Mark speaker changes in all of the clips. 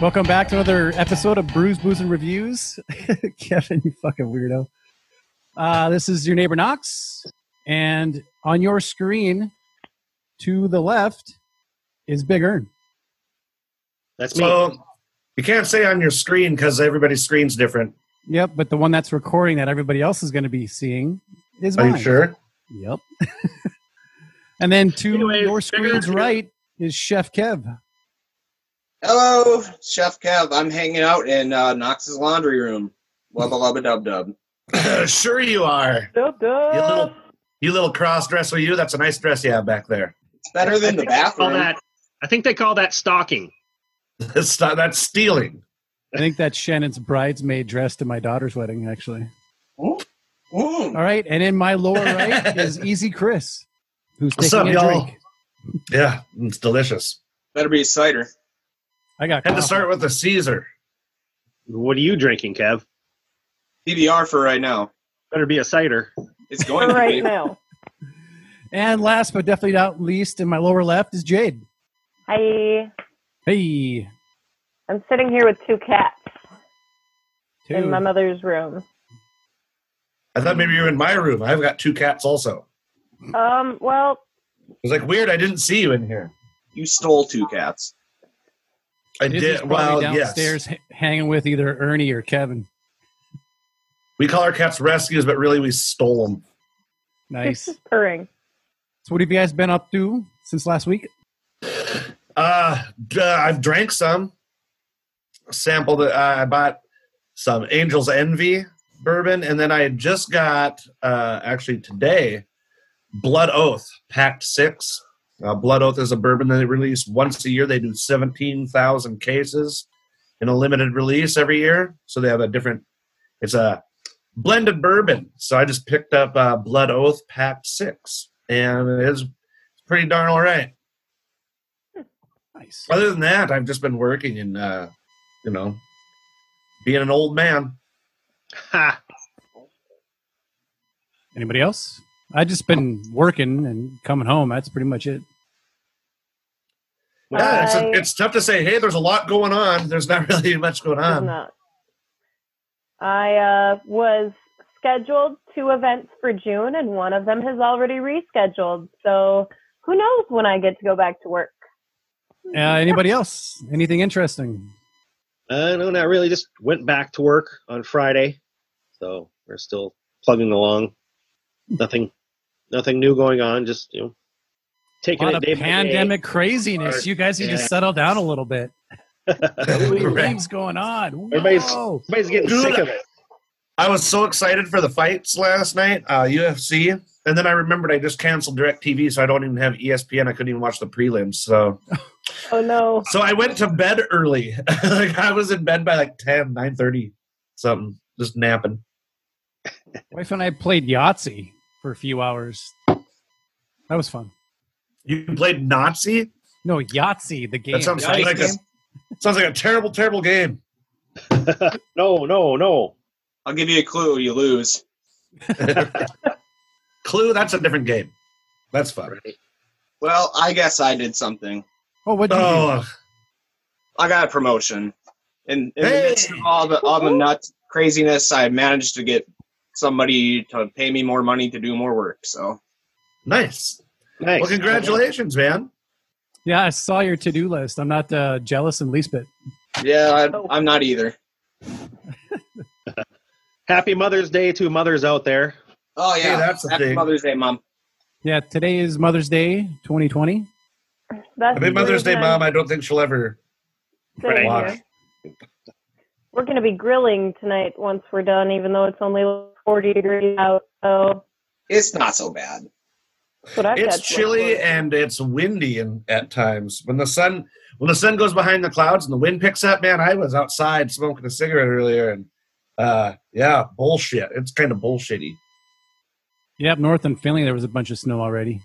Speaker 1: Welcome back to another episode of Brews, Booze, and Reviews. Kevin, you fucking weirdo. Uh, this is your neighbor Knox, and on your screen to the left is Big Earn.
Speaker 2: That's me.
Speaker 3: So you can't say on your screen because everybody's screen's different.
Speaker 1: Yep, but the one that's recording that everybody else is going to be seeing is
Speaker 3: Are
Speaker 1: mine.
Speaker 3: you sure?
Speaker 1: Yep. and then to
Speaker 2: Anyway,
Speaker 1: your
Speaker 2: Big
Speaker 1: screen's
Speaker 2: Earn-
Speaker 1: right is Chef Kev.
Speaker 4: Hello, Chef Kev. I'm hanging out in uh, Knox's laundry room. Wubba lubba dub dub.
Speaker 3: sure you are.
Speaker 5: Dub dub.
Speaker 3: You little, you little cross dresser, you. That's a nice dress you have back there.
Speaker 4: It's better than the
Speaker 2: Call
Speaker 4: bathroom.
Speaker 2: that, I think they call that stalking.
Speaker 3: That's, not, that's stealing.
Speaker 1: I think that's Shannon's bridesmaid dress to my daughter's wedding, actually.
Speaker 4: Mm.
Speaker 1: All right, and in my lower right is Easy Chris, who's
Speaker 3: What's
Speaker 1: taking
Speaker 3: up,
Speaker 1: a
Speaker 3: y'all?
Speaker 1: drink.
Speaker 3: Yeah, it's delicious.
Speaker 4: Better be cider.
Speaker 1: I got
Speaker 3: Had to
Speaker 1: coffee.
Speaker 3: start with a Caesar.
Speaker 2: What are you drinking, Kev?
Speaker 4: PBR for right now.
Speaker 2: Better be a cider.
Speaker 4: It's
Speaker 5: For
Speaker 4: going to
Speaker 5: right
Speaker 4: be.
Speaker 5: now.
Speaker 1: And last but definitely not least, in my lower left is Jade.
Speaker 5: Hi.
Speaker 1: Hey,
Speaker 5: I'm sitting here with two cats
Speaker 1: two.
Speaker 5: in my mother's room.
Speaker 3: I thought maybe you were in my room. I've got two cats also.
Speaker 5: Um, well,
Speaker 3: It was like weird. I didn't see you in here.
Speaker 4: You stole two cats.
Speaker 3: I
Speaker 1: Izzy's
Speaker 3: did.
Speaker 1: probably
Speaker 3: Well, yes.
Speaker 1: downstairs h- hanging with either Ernie or Kevin.
Speaker 3: We call our cats rescues, but really we stole them.
Speaker 1: Nice. so,
Speaker 5: purring.
Speaker 1: what have you guys been up to since last week?
Speaker 3: Uh, d- I've drank some. Sampled. Uh, I bought some Angel's Envy bourbon, and then I just got uh, actually today Blood Oath Packed Six. Uh, Blood Oath is a bourbon that they release once a year. They do seventeen thousand cases in a limited release every year, so they have a different. It's a blended bourbon. So I just picked up uh, Blood Oath Packed Six, and it is pretty darn all right
Speaker 1: Nice.
Speaker 3: other than that, I've just been working and uh, you know, being an old man.
Speaker 2: Ha!
Speaker 1: Anybody else? I just been working and coming home. That's pretty much it.
Speaker 3: Yeah, it's,
Speaker 5: I-
Speaker 3: it's tough to say. Hey, there's a lot going on. There's not really much going
Speaker 5: It's
Speaker 3: on.
Speaker 5: not. I uh, was scheduled two events for June, and one of them has already rescheduled. So who knows when I get to go back to work?
Speaker 1: Uh, anybody else? Anything interesting?
Speaker 2: Uh, no, not really. Just went back to work on Friday, so we're still plugging along. Nothing, nothing new going on. Just you know,
Speaker 1: A
Speaker 2: taking
Speaker 1: lot
Speaker 2: it
Speaker 1: of
Speaker 2: day by day.
Speaker 1: pandemic craziness. You guys need to
Speaker 2: Yeah.
Speaker 1: settle down a little bit.
Speaker 3: Right.
Speaker 1: Things going on.
Speaker 2: Everybody's-
Speaker 1: Whoa.
Speaker 2: Everybody's getting
Speaker 3: Dude,
Speaker 2: sick of it.
Speaker 3: I was so excited for the fights last night, uh, UFC, and then I remembered I just canceled DirecTV, so I don't even have E ESPN. I couldn't even watch the prelims. So,
Speaker 5: Oh no!
Speaker 3: so I went to bed early. like I was in bed by like 10, 9.30, something, just napping.
Speaker 1: Wife and I played Yahtzee for a few hours. That was fun.
Speaker 3: You played Nazi?
Speaker 1: No, Yahtzee, the game.
Speaker 3: That sounds
Speaker 1: Yahtzee
Speaker 3: like a
Speaker 1: game?
Speaker 3: sounds like a terrible, terrible game.
Speaker 2: No, no, no.
Speaker 4: I'll give you a clue. You lose.
Speaker 3: Clue, that's a different game. That's fun.
Speaker 4: Well, I guess I did something.
Speaker 1: Oh, what?
Speaker 3: Oh,
Speaker 4: I got a promotion. In, in
Speaker 3: Hey!
Speaker 4: the midst of all the all the nuts craziness, I managed to get somebody to pay me more money to do more work. So
Speaker 3: nice.
Speaker 2: Nice.
Speaker 3: Well, congratulations, man.
Speaker 1: Yeah, I saw your to-do list. I'm not uh, jealous in the least bit.
Speaker 4: yeah,
Speaker 1: Oh.
Speaker 4: I, I'm not either.
Speaker 2: Happy Mother's Day to mothers out there.
Speaker 4: Oh
Speaker 3: Hey,
Speaker 4: yeah,
Speaker 3: that's the
Speaker 4: Happy
Speaker 3: thing.
Speaker 4: Mother's Day, Mom.
Speaker 1: Yeah, today is Mother's Day, 2020.
Speaker 5: That's
Speaker 3: Happy
Speaker 5: the
Speaker 3: Mother's Day,
Speaker 5: reason
Speaker 3: Mom.
Speaker 5: I'm
Speaker 3: I don't think she'll ever.
Speaker 5: sitting
Speaker 3: Right.
Speaker 5: here. We're going to be grilling tonight once we're done, even though it's only 40 degrees out. So
Speaker 4: It's not so bad.
Speaker 5: that's what I've
Speaker 3: It's
Speaker 5: got to look forward
Speaker 3: chilly
Speaker 5: to.
Speaker 3: and it's windy and at times. When the sun when the sun goes behind the clouds and the wind picks up, man, I was outside smoking a cigarette earlier and uh yeah, bullshit. It's kind of bullshitty.
Speaker 1: Yeah, up north in Finley, there was a bunch of snow already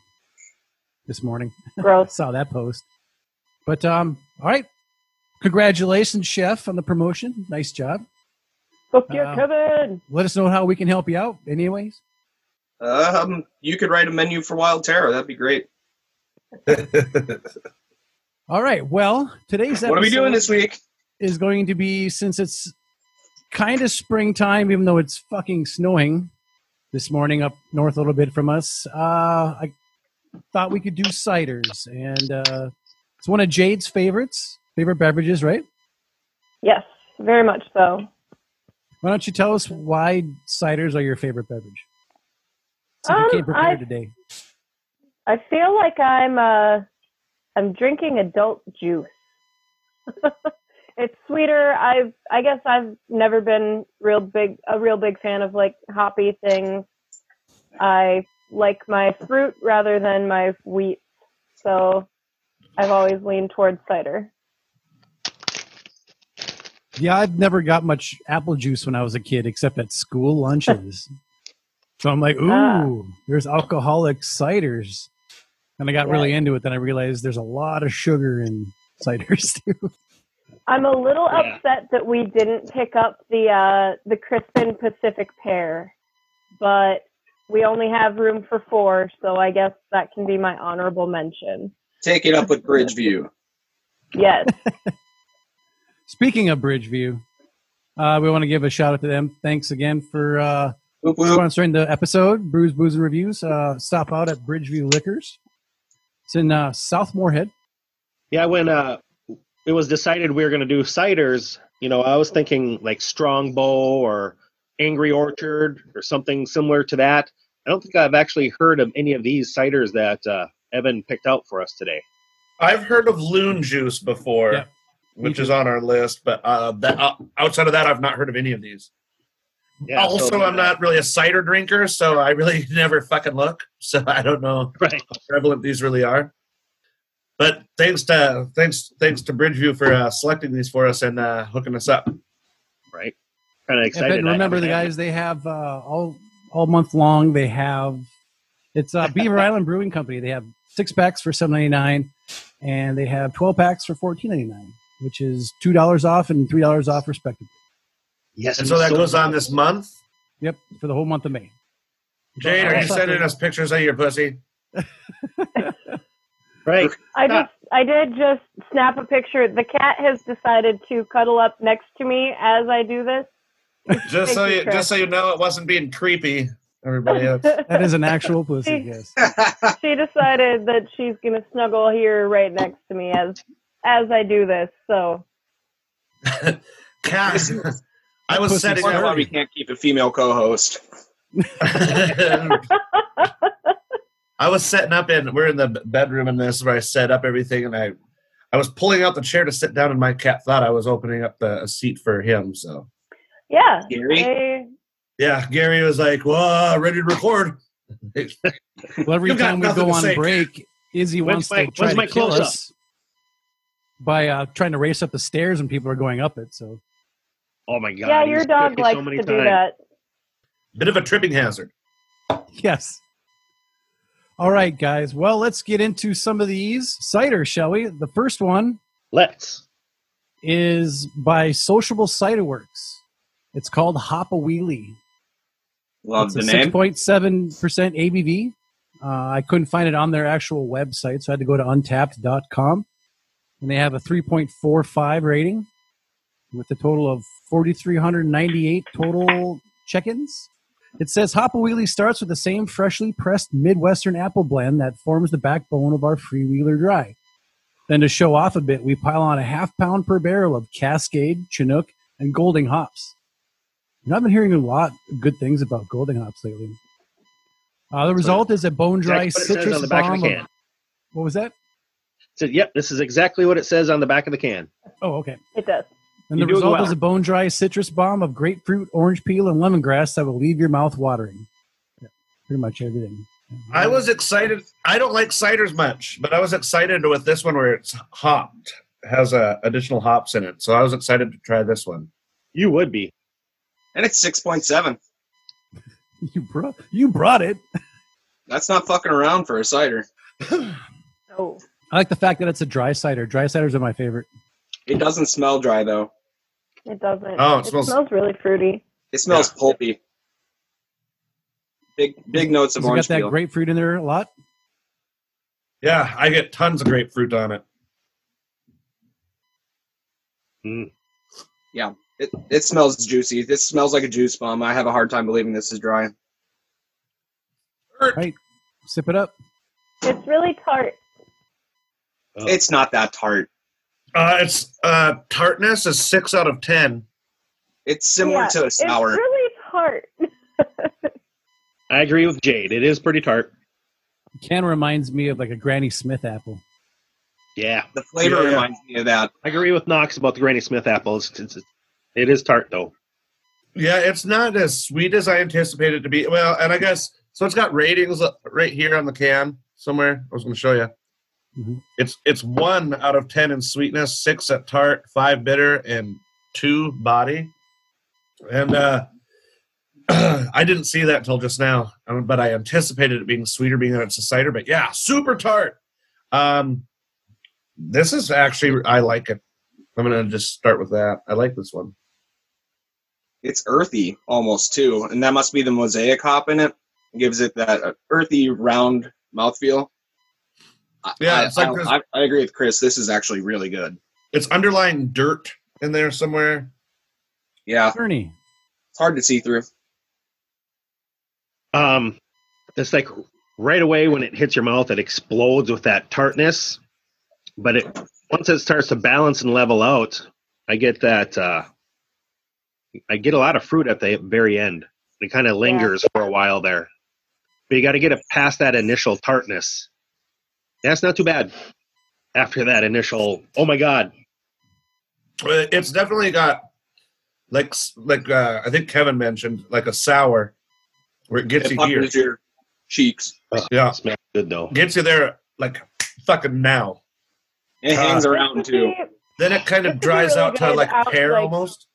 Speaker 1: this morning. I
Speaker 5: gross.
Speaker 1: saw that post. But um, all right, congratulations, Chef, on the promotion. Nice job.
Speaker 5: Book your
Speaker 1: Um,
Speaker 5: Kevin.
Speaker 1: Let us know how we can help you out. Anyways,
Speaker 4: Um, you could write a menu for Wild Terror. That'd be great.
Speaker 1: all right. Well, today's episode,
Speaker 4: What are we doing this week?
Speaker 1: is going to be since it's kind of springtime, even though it's fucking snowing this morning up north a little bit from us. Uh, I thought we could do ciders, and uh, it's one of Jade's favorites, favorite beverages, right?
Speaker 5: Yes, very much so.
Speaker 1: Why don't you tell us why ciders are your favorite beverage? Since
Speaker 5: Um,
Speaker 1: you came prepared
Speaker 5: I-
Speaker 1: today.
Speaker 5: I feel like I'm uh I'm drinking adult juice. it's sweeter. I've I guess I've never been real big a real big fan of like hoppy things. I like my fruit rather than my wheat. So I've always leaned towards cider.
Speaker 1: Yeah, I've never got much apple juice when I was a kid, except at school lunches. so I'm like, ooh,
Speaker 5: Ah.
Speaker 1: there's alcoholic ciders. And I got really
Speaker 5: Right.
Speaker 1: into it. Then I realized there's a lot of sugar in ciders, too.
Speaker 5: I'm a little
Speaker 2: Yeah.
Speaker 5: upset that we didn't pick up the uh, the Crispin Pacific pair, but we only have room for four, so I guess that can be my honorable mention.
Speaker 4: Take it up with Bridgeview.
Speaker 5: Yes,
Speaker 1: Speaking of Bridgeview, uh, we want to give a shout out to them. Thanks again for uh,
Speaker 4: Whoop, whoop.
Speaker 1: sponsoring the episode, Brews, Booze, and Reviews. Uh, stop out at Bridgeview Liquors. It's in uh, South Moorhead.
Speaker 2: Yeah, when uh, it was decided we were going to do ciders, you know, I was thinking like Strongbow or Angry Orchard or something similar to that. I don't think I've actually heard of any of these ciders that uh, Evan picked out for us today.
Speaker 3: I've heard of loon juice before,
Speaker 1: Yeah, me
Speaker 3: which
Speaker 1: too.
Speaker 3: is on our list, but uh, that, uh, outside of that, I've not heard of any of these.
Speaker 2: Yeah, so-
Speaker 3: also, I'm not really a cider drinker, so I really never fucking look. So I don't know
Speaker 2: Right.
Speaker 3: how prevalent these really are. But thanks to thanks thanks to Bridgeview for uh, selecting these for us and uh, hooking us up.
Speaker 2: right? Kind of
Speaker 1: Yeah,
Speaker 2: excited.
Speaker 1: but remember
Speaker 2: I
Speaker 1: the
Speaker 2: haven't
Speaker 1: guys they have uh, all all month long. They have it's uh, Beaver Island Brewing Company. They have six packs for seven ninety nine, and they have twelve packs for fourteen ninety nine, which is two dollars off and three dollars off respectively.
Speaker 2: had- Yes,
Speaker 3: And so that goes on this month.
Speaker 1: Yep, for the whole month of May.
Speaker 3: Jade, are you
Speaker 1: Also-
Speaker 3: sending us pictures of your pussy?
Speaker 2: Right.
Speaker 5: I just I did just snap a picture. The cat has decided to cuddle up next to me as I do
Speaker 3: Just so
Speaker 5: Thank you,
Speaker 3: you just so you know, it wasn't being creepy. Everybody else.
Speaker 5: this.
Speaker 1: That is an actual pussy. Yes,
Speaker 5: she decided that she's gonna snuggle here right next to me as as I do this. So
Speaker 3: Cat. I was
Speaker 1: Pussy
Speaker 3: setting
Speaker 4: Wonder why
Speaker 3: up.
Speaker 4: we can't keep a female co-host.
Speaker 3: I was setting up in. We're in the b- bedroom, and this is where I set up everything. And I, I was pulling out the chair to sit down, and my cat thought I was opening up the a seat for him. So
Speaker 5: yeah,
Speaker 4: Gary?
Speaker 5: I-
Speaker 3: yeah, Gary was like, "Well, ready to record."
Speaker 1: well, every
Speaker 3: You got
Speaker 1: time we
Speaker 3: nothing
Speaker 1: go
Speaker 3: to
Speaker 1: on
Speaker 3: say.
Speaker 1: break, Izzy wants
Speaker 2: When's
Speaker 1: to
Speaker 2: my-
Speaker 1: try
Speaker 2: when's
Speaker 1: to
Speaker 2: my
Speaker 1: kill
Speaker 2: close-up?
Speaker 1: us by uh, trying to race up the stairs when people are going up it. So
Speaker 2: Oh my god.
Speaker 5: yeah,
Speaker 2: he's
Speaker 5: your
Speaker 2: tripped
Speaker 5: dog
Speaker 2: me
Speaker 5: likes
Speaker 2: so
Speaker 5: to
Speaker 2: many
Speaker 5: do
Speaker 2: times.
Speaker 5: that.
Speaker 3: Bit of a tripping hazard.
Speaker 1: Yes. All right, guys. Well, let's get into some of these cider, shall we? The first one
Speaker 2: Let's.
Speaker 1: is by Sociable Cider Works. It's called Hop a Wheelie.
Speaker 4: Love
Speaker 1: it's
Speaker 4: the
Speaker 1: a
Speaker 4: name.
Speaker 1: 6.7% ABV. Uh, I couldn't find it on their actual website, so I had to go to untapped.com. And they have a 3.45 rating with a total of 4,398 total check ins. It says Hop a Wheelie starts with the same freshly pressed Midwestern apple blend that forms the backbone of our Freewheeler Dry. Then, to show off a bit, we pile on a half pound per barrel of Cascade, Chinook, and Golding hops. You know, I've been hearing a lot of good things about Golding hops lately. Uh, the result is a bone dry
Speaker 2: Exactly what it says
Speaker 1: citrus
Speaker 2: on the back of the
Speaker 1: bomb.
Speaker 2: can.
Speaker 1: Of, what was that?
Speaker 2: So, yep, this is exactly what it says on the back of the can.
Speaker 1: Oh, okay.
Speaker 5: It does.
Speaker 1: And
Speaker 2: You're
Speaker 1: the
Speaker 2: doing
Speaker 1: result
Speaker 2: well.
Speaker 1: is a bone dry citrus bomb of grapefruit, orange peel, and lemongrass that will leave your mouth watering. Yeah, pretty much everything.
Speaker 3: I was excited. I don't like ciders much, but I was excited with this one where it's hopped, has uh, additional hops in it. So I was excited to try this one.
Speaker 2: You would be.
Speaker 4: And it's 6.7.
Speaker 1: you brought you brought it.
Speaker 4: That's not fucking around for a cider.
Speaker 5: Oh,
Speaker 1: I like the fact that it's a dry cider. Dry ciders are my favorite.
Speaker 4: It doesn't smell dry, though.
Speaker 5: it doesn't.
Speaker 3: Oh, it smells-
Speaker 5: really fruity.
Speaker 4: It smells
Speaker 3: Yeah.
Speaker 4: pulpy. Big big notes of
Speaker 1: So you got
Speaker 4: orange
Speaker 1: that
Speaker 4: peel.
Speaker 1: grapefruit in there a lot.
Speaker 3: Yeah, I get tons of grapefruit on it.
Speaker 4: yeah, it, it smells juicy. This smells like a juice bomb. I have a hard time believing this is dry.
Speaker 1: Sip it up.
Speaker 5: It's really tart.
Speaker 2: Oh.
Speaker 4: It's not that tart.
Speaker 3: Uh, it's uh, tartness is six out of ten.
Speaker 4: It's similar
Speaker 5: Yeah,
Speaker 4: to a sour.
Speaker 5: It's really tart.
Speaker 2: I agree with Jade. It is pretty tart.
Speaker 1: Can reminds me of like a Granny Smith apple.
Speaker 2: Yeah,
Speaker 4: the flavor
Speaker 3: Yeah, yeah.
Speaker 4: reminds me of that.
Speaker 2: I agree with Knox about the Granny Smith apples. It's, it's, it is tart though.
Speaker 3: Yeah, it's not as sweet as I anticipated it to be. Well, and I guess so. It's got ratings uh, right here on the can somewhere. I was going to show you.
Speaker 1: Mhm.
Speaker 3: It's it's one out of ten in sweetness, six at tart, five bitter, and two body. And uh, I didn't see that till just now, um, but I anticipated it being sweeter, being that it's a cider. But yeah, super tart. Um, this is actually I like it. I'm going to just start with that. I like this one.
Speaker 4: It's earthy almost too, and that must be the mosaic hop in it. It gives it that uh, earthy, round mouthfeel. I-
Speaker 3: Yeah,
Speaker 4: I,
Speaker 3: it's like
Speaker 4: I-
Speaker 3: this-
Speaker 4: I, I agree with Chris. This is actually really good.
Speaker 3: It's underlying dirt in there somewhere.
Speaker 4: Yeah,
Speaker 1: Bernie.
Speaker 4: it's hard to see through.
Speaker 2: Um, it's like right away when it hits your mouth, it explodes with that tartness. But it once it starts to balance and level out, I get that. Uh, I get a lot of fruit at the very end. It kind of lingers for a while there, but you got to get it past that initial tartness. That's not too bad. After that initial, oh my god,
Speaker 3: Uh, It's definitely got like s- like uh, I think Kevin mentioned like a sour where it gets
Speaker 4: It
Speaker 3: you here.
Speaker 4: puckers your cheeks.
Speaker 3: Yeah,
Speaker 2: it smells good though.
Speaker 3: gets you there like fucking now.
Speaker 4: It
Speaker 3: Ah.
Speaker 4: hangs around
Speaker 5: This would
Speaker 4: too.
Speaker 5: be
Speaker 3: Then it kind
Speaker 5: This
Speaker 3: of
Speaker 5: is
Speaker 3: dries
Speaker 5: really
Speaker 3: out to
Speaker 5: good
Speaker 3: like
Speaker 5: out,
Speaker 3: pear
Speaker 5: like-
Speaker 3: almost.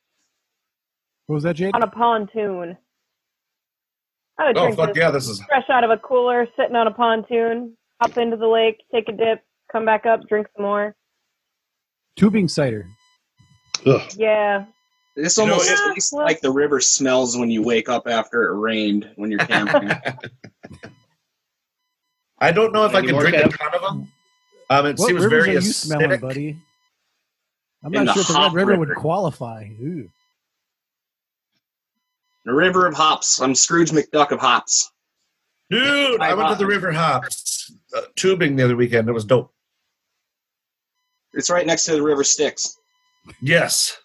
Speaker 1: What was that, Jade?
Speaker 5: on a pontoon. I would
Speaker 3: Oh
Speaker 5: drink
Speaker 3: fuck
Speaker 5: this
Speaker 3: yeah, this is
Speaker 5: fresh out of a cooler, sitting on a pontoon, hop into the lake, take a dip, come back up, drink some more.
Speaker 1: Tubing cider.
Speaker 2: Ugh.
Speaker 5: Yeah.
Speaker 4: This
Speaker 3: You know,
Speaker 4: almost
Speaker 5: it-
Speaker 4: tastes
Speaker 5: Yeah, well-
Speaker 4: like the river smells when you wake up after it rained when you're camping.
Speaker 3: I don't know if I
Speaker 2: Any
Speaker 3: can
Speaker 2: more,
Speaker 3: drink
Speaker 2: Kev?
Speaker 3: a ton of them. Um, it
Speaker 1: What
Speaker 3: seems
Speaker 1: rivers
Speaker 3: very
Speaker 1: are you smelling,
Speaker 3: acidic.
Speaker 1: buddy? I'm
Speaker 4: In
Speaker 1: not sure
Speaker 4: the
Speaker 1: if the
Speaker 4: hop
Speaker 1: Red River would
Speaker 4: river.
Speaker 1: qualify. Ooh.
Speaker 4: the river of hops. I'm Scrooge McDuck of hops.
Speaker 3: Dude, I went to the River Hops uh, tubing the other weekend. It was dope.
Speaker 4: It's right next to the river Styx.
Speaker 3: Yes,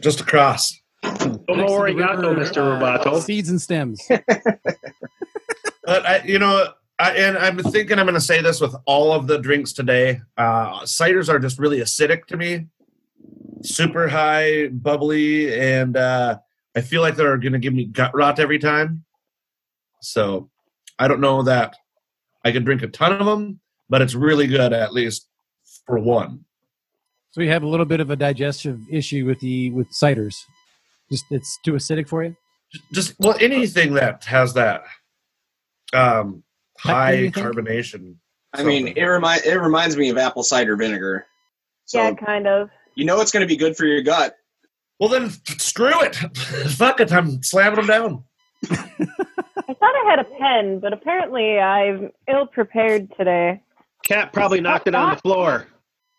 Speaker 3: just across.
Speaker 2: Don't know where I
Speaker 1: Next to the
Speaker 2: got though,
Speaker 1: river,
Speaker 2: Mister
Speaker 1: uh,
Speaker 2: Roboto.
Speaker 1: Seeds and stems.
Speaker 3: But I, you know, I, and I'm thinking I'm going to say this with all of the drinks today. Uh, ciders are just really acidic to me, super high, bubbly, and uh, I feel like they're going to give me gut rot every time. So I don't know that I could drink a ton of them, but it's really good at least for one.
Speaker 1: So you have a little bit of a digestive issue with the with ciders. Just it's too acidic for you.
Speaker 3: Just well, anything that has that um, high
Speaker 1: Pectin, you think?
Speaker 3: carbonation.
Speaker 4: I mean,
Speaker 3: something.
Speaker 4: it remind it reminds me of apple cider vinegar. So
Speaker 5: yeah, kind of.
Speaker 4: you know it's going to be good for your gut.
Speaker 3: Well, then screw it. Fuck it. I'm slamming them down.
Speaker 5: I thought I had a pen, but apparently I'm ill prepared today.
Speaker 2: Cat probably knocked it on the floor.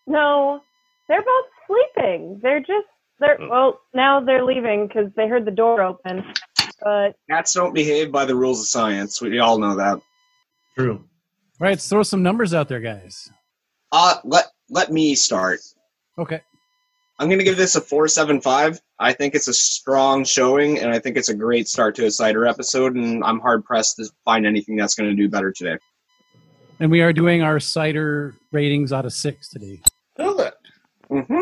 Speaker 5: No, they're both sleeping. They're just they're
Speaker 3: Oh.
Speaker 5: well now they're leaving because they heard the door open. But
Speaker 4: Cats don't behave by the rules of science. We all know that.
Speaker 3: True.
Speaker 1: All right, let's throw some numbers out there, guys.
Speaker 4: Uh, let let me start.
Speaker 1: Okay.
Speaker 4: I'm going to give this a four seven five. I think it's a strong showing, and I think it's a great start to a cider episode. And I'm hard pressed to find anything that's going to do better today.
Speaker 1: And we are doing our cider ratings out of six today.
Speaker 3: Do it.
Speaker 4: Mm-hmm.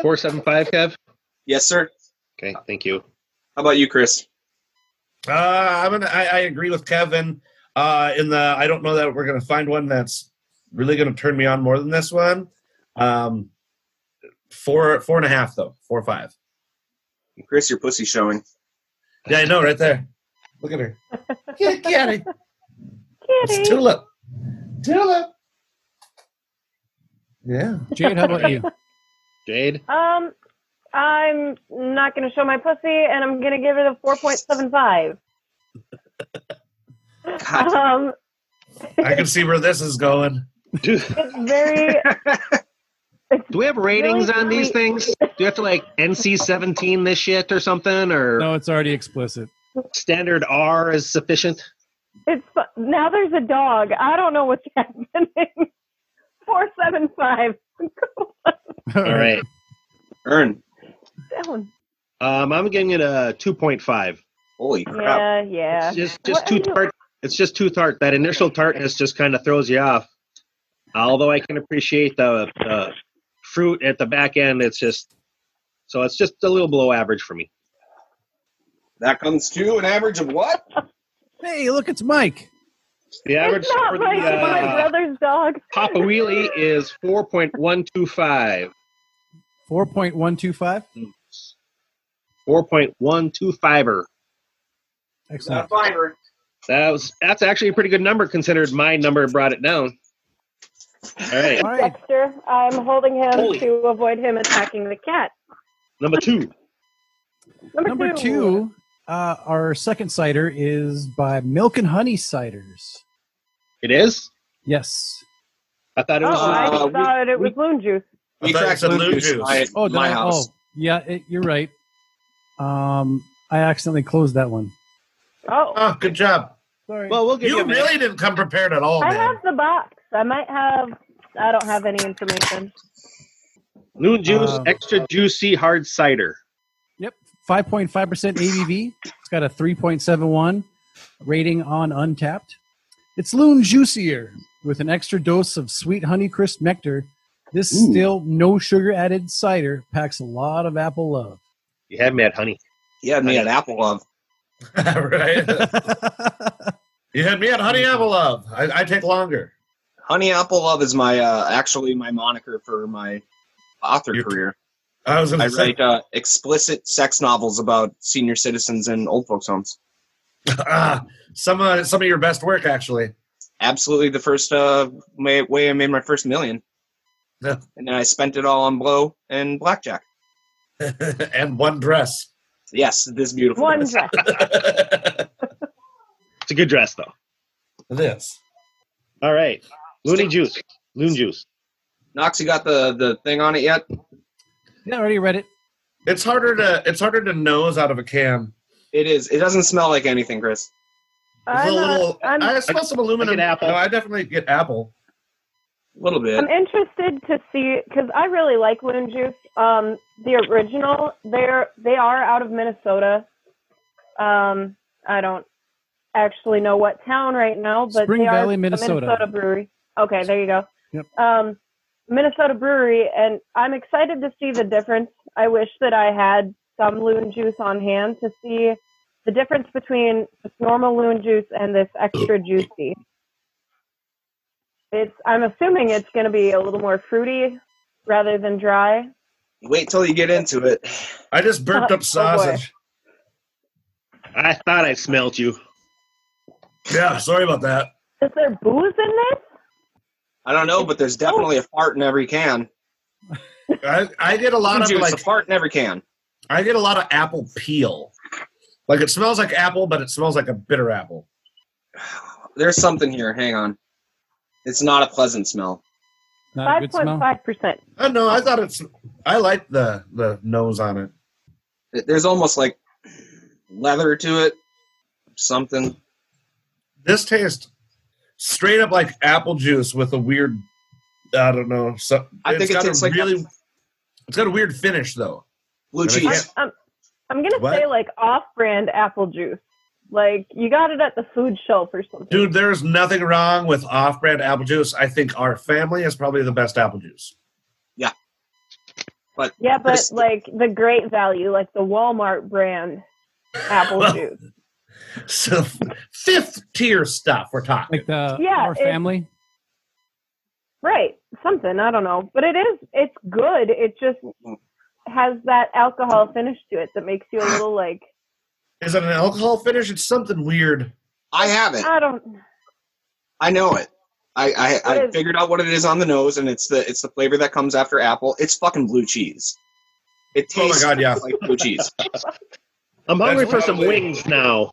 Speaker 2: Four seven five, Kev.
Speaker 4: Yes, sir.
Speaker 2: Okay, thank you.
Speaker 4: How about you, Chris?
Speaker 3: Uh, I'm gonna. I, I agree with Kevin. Uh, in the, I don't know that we're gonna find one that's really gonna turn me on more than this one. Um, four, four and a half though. Four or five.
Speaker 4: Chris, your pussy showing.
Speaker 3: Yeah, I know. Right there. Look at her. Yeah, kitty. It's
Speaker 5: kitty,
Speaker 3: tulip. Tulip. Yeah.
Speaker 1: Jade, how about you?
Speaker 2: Jade.
Speaker 5: um, I'm not gonna show my pussy, and I'm gonna give it a four point seven five.
Speaker 4: God,
Speaker 5: Um,
Speaker 3: I can see where this is going.
Speaker 5: it's very
Speaker 2: Do we have ratings
Speaker 5: Really?
Speaker 2: on these things? Do you have to like NC seventeen this shit or something, or
Speaker 1: No, it's already explicit.
Speaker 2: standard R is sufficient?
Speaker 5: It's fu- now there's a dog. I don't know what's happening. Four seven five
Speaker 2: All right,
Speaker 4: Earn.
Speaker 5: down.
Speaker 2: um, I'm giving it a two point five.
Speaker 4: Holy crap.
Speaker 5: Yeah, yeah.
Speaker 2: It's just
Speaker 5: What
Speaker 2: just
Speaker 5: are
Speaker 2: too
Speaker 5: you-
Speaker 2: tart. It's just too tart. That initial tartness just kind of throws you off. Although I can appreciate the, the fruit at the back end, it's just so it's just a little below average for me.
Speaker 4: That comes to an average of what?
Speaker 1: Hey, look, it's Mike.
Speaker 2: The average
Speaker 5: It's not
Speaker 2: for the
Speaker 5: like my
Speaker 2: uh,
Speaker 5: brother's dog.
Speaker 2: Papa Wheelie is four point one two five.
Speaker 1: Four point one two five.
Speaker 2: Four point one two fiver.
Speaker 1: Excellent.
Speaker 4: fiber.
Speaker 2: That was that's actually a pretty good number considered my number brought it down. All right,
Speaker 1: All right.
Speaker 5: Dexter, I'm holding him
Speaker 2: Holy.
Speaker 5: to avoid him attacking the cat.
Speaker 2: number two.
Speaker 5: Number,
Speaker 1: Number two, uh, our second cider is by Milk and Honey Ciders.
Speaker 2: It is.
Speaker 1: Yes.
Speaker 2: I thought it
Speaker 5: Oh,
Speaker 2: was.
Speaker 5: I
Speaker 4: Uh, we-
Speaker 5: thought it was loon juice.
Speaker 3: I
Speaker 4: We
Speaker 3: thought you
Speaker 4: tracked
Speaker 3: said
Speaker 4: blue
Speaker 3: Blue
Speaker 4: juice
Speaker 3: juice.
Speaker 4: by
Speaker 1: Oh, did
Speaker 4: my
Speaker 1: I-
Speaker 4: house.
Speaker 1: Oh, yeah. It, you're right. Um, I accidentally closed that one.
Speaker 5: Oh,
Speaker 3: Oh, good job.
Speaker 1: Sorry.
Speaker 2: well, we'll give you.
Speaker 3: You
Speaker 2: a minute.
Speaker 3: really didn't come prepared at all,
Speaker 5: I
Speaker 3: man.
Speaker 5: have the box. I might have. I don't have any information.
Speaker 2: Loon juice,
Speaker 1: Um,
Speaker 2: extra juicy hard cider.
Speaker 1: Yep, five point five percent ABV. It's got a three point seven one rating on Untapped. It's loon juicier with an extra dose of sweet honey crisp nectar. This
Speaker 2: Ooh.
Speaker 1: still no sugar added cider packs a lot of apple love.
Speaker 2: You had me at honey.
Speaker 4: You had me at Apple Love.
Speaker 3: right? you had me at Honey Apple Love. I, I take longer.
Speaker 4: Honey Apple Love is my uh, actually my moniker for my author
Speaker 3: You're-
Speaker 4: career.
Speaker 3: I was
Speaker 4: I
Speaker 3: going to say,
Speaker 4: write uh, explicit sex novels about senior citizens and old folks homes.
Speaker 3: ah, some of some of your best work, actually.
Speaker 4: Absolutely, the first uh, ma- way I made my first million,
Speaker 3: Yeah.
Speaker 4: and then I spent it all on blow and blackjack.
Speaker 3: and one dress.
Speaker 4: Yes, this beautiful.
Speaker 5: One
Speaker 4: dress.
Speaker 5: dress.
Speaker 2: It's a good dress though.
Speaker 3: this.
Speaker 2: All right. Loony juice. Loon juice.
Speaker 4: Knox, you got the the thing on it yet?
Speaker 1: Yeah, I already read it.
Speaker 3: It's harder to it's harder to nose out of a can.
Speaker 4: It is. It doesn't smell like anything, Chris.
Speaker 3: It's a
Speaker 5: I'm, uh,
Speaker 3: little.
Speaker 5: I'm,
Speaker 3: I smell some aluminum.
Speaker 2: get apple.
Speaker 3: No, I definitely get apple.
Speaker 4: A little bit.
Speaker 5: I'm interested to see because I really like Loon Juice. Um, the original, they're they are out of Minnesota. Um, I don't actually know what town right now, but
Speaker 1: Spring
Speaker 5: they are
Speaker 1: Valley,
Speaker 5: a
Speaker 1: Minnesota.
Speaker 5: Minnesota brewery. Okay, there you go.
Speaker 1: Yep.
Speaker 5: Um, Minnesota brewery, and I'm excited to see the difference. I wish that I had some Loon Juice on hand to see the difference between just normal Loon Juice and this extra juicy. It's. I'm assuming it's going to be a little more fruity rather than dry.
Speaker 4: Wait till you get into it.
Speaker 3: I just burped
Speaker 5: Oh,
Speaker 3: up sausage.
Speaker 2: I thought I smelled you.
Speaker 3: yeah, sorry about that.
Speaker 5: Is there booze in this?
Speaker 4: I don't know, but
Speaker 5: Oh.
Speaker 4: there's definitely a fart in every can.
Speaker 3: I, I get a lot
Speaker 4: Loon
Speaker 3: of
Speaker 4: juice,
Speaker 3: like
Speaker 4: a fart in every can.
Speaker 3: I get a lot of apple peel. Like it smells like apple, but it smells like a bitter apple.
Speaker 4: There's something here. Hang on. It's not a pleasant smell.
Speaker 1: Not a
Speaker 5: Five
Speaker 1: good
Speaker 5: point
Speaker 1: smell.
Speaker 5: five percent.
Speaker 3: I don't know. I thought it's. I like the the nose on it.
Speaker 4: It- There's almost like leather to it. Something.
Speaker 3: This tastes straight up like apple juice with a weird. I don't know. So,
Speaker 4: I think it
Speaker 3: got a
Speaker 4: tastes like-
Speaker 3: really. It's got a weird finish though.
Speaker 4: Blue
Speaker 3: Every
Speaker 4: cheese.
Speaker 5: I'm, I'm gonna
Speaker 3: What?
Speaker 5: say like off-brand apple juice. Like you got it at the food shelf or something.
Speaker 3: Dude, there's nothing wrong with off-brand apple juice. I think our family is probably the best apple juice.
Speaker 5: yeah, but
Speaker 4: Chris-
Speaker 5: like the great value, like the Walmart brand apple
Speaker 3: Well,
Speaker 5: juice.
Speaker 3: So fifth tier stuff we're talking.
Speaker 1: Like the
Speaker 5: Yeah,
Speaker 1: our
Speaker 5: it's-
Speaker 1: family.
Speaker 5: Right, something I don't know, but it is it's good. It just has that alcohol finish to it that makes you a little like
Speaker 3: Is it an alcohol finish? It's something weird.
Speaker 4: I have it.
Speaker 5: I don't.
Speaker 4: I know it. I, I, I
Speaker 5: What is-
Speaker 4: figured out what it is on the nose, and it's the it's the flavor that comes after apple. It's fucking blue cheese. It
Speaker 3: Oh my
Speaker 4: tastes
Speaker 3: god, yeah.
Speaker 4: like blue cheese.
Speaker 2: I'm hungry
Speaker 3: That's
Speaker 2: for some
Speaker 3: lovely.
Speaker 2: wings now.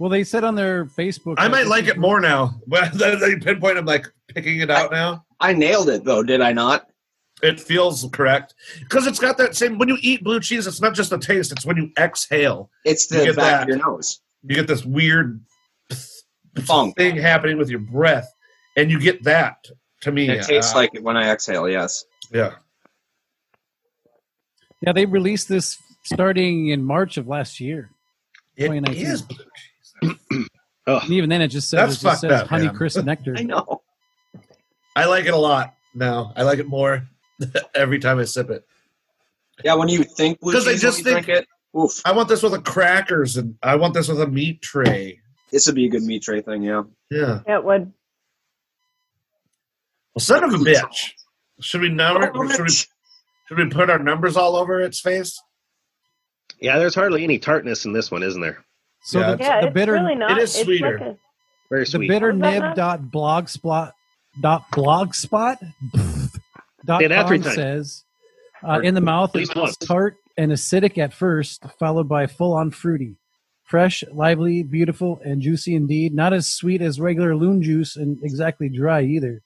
Speaker 1: Well, they said on their Facebook.
Speaker 3: I
Speaker 1: that
Speaker 3: might
Speaker 1: this
Speaker 3: like
Speaker 1: is-
Speaker 3: it more now. But they pinpoint I'm like picking it out now.
Speaker 4: I nailed it though, did I not?
Speaker 3: It feels correct because it's got that same. When you eat blue cheese, it's not just the taste; it's when you exhale,
Speaker 4: It's
Speaker 3: You
Speaker 4: the
Speaker 3: get
Speaker 4: back
Speaker 3: that.
Speaker 4: of your nose.
Speaker 3: you get this weird
Speaker 4: Funk.
Speaker 3: thing happening with your breath, and you get that. To me,
Speaker 4: It tastes
Speaker 3: uh,
Speaker 4: like it when I exhale. Yes.
Speaker 3: yeah.
Speaker 1: Yeah, they released this starting in March of last year.
Speaker 3: It
Speaker 1: 2019.
Speaker 3: is blue cheese.
Speaker 2: Oh,
Speaker 1: And even then, it just says,
Speaker 3: That's
Speaker 1: it just
Speaker 3: fucked
Speaker 1: says
Speaker 3: up,
Speaker 1: Honey
Speaker 3: man.
Speaker 1: Crisp Nectar.
Speaker 4: I know.
Speaker 3: I like it a lot now. I like it more every time I sip it.
Speaker 4: Yeah, when you think blue
Speaker 3: 'Cause
Speaker 4: cheese,
Speaker 3: I
Speaker 4: when
Speaker 3: just
Speaker 4: you drink it. Oof,
Speaker 3: I want this with a crackers, and I want this with a meat tray.
Speaker 4: this would be a good meat tray thing. Yeah.
Speaker 3: Yeah.
Speaker 5: It would.
Speaker 3: Well, son of a bitch. Should we number? Should we, should we put our numbers all over its face?
Speaker 2: yeah, there's hardly any tartness in this one, isn't there?
Speaker 1: So
Speaker 3: Yeah,
Speaker 1: the,
Speaker 5: Yeah,
Speaker 1: the
Speaker 5: it's
Speaker 1: bitter
Speaker 5: really not.
Speaker 3: it is
Speaker 5: it's like
Speaker 3: sweeter.
Speaker 5: a-
Speaker 2: Very
Speaker 1: the
Speaker 2: sweet.
Speaker 1: bitter
Speaker 5: Was that
Speaker 1: nib
Speaker 5: not-
Speaker 1: dot blogspot dot blogspot dot
Speaker 2: Say that three
Speaker 1: com
Speaker 2: times.
Speaker 1: says uh, in the mouth
Speaker 2: At
Speaker 1: it's
Speaker 2: least once.
Speaker 1: tart and acidic at first, followed by full on fruity, fresh, lively, beautiful, and juicy indeed. Not as sweet as regular loon juice and exactly dry either.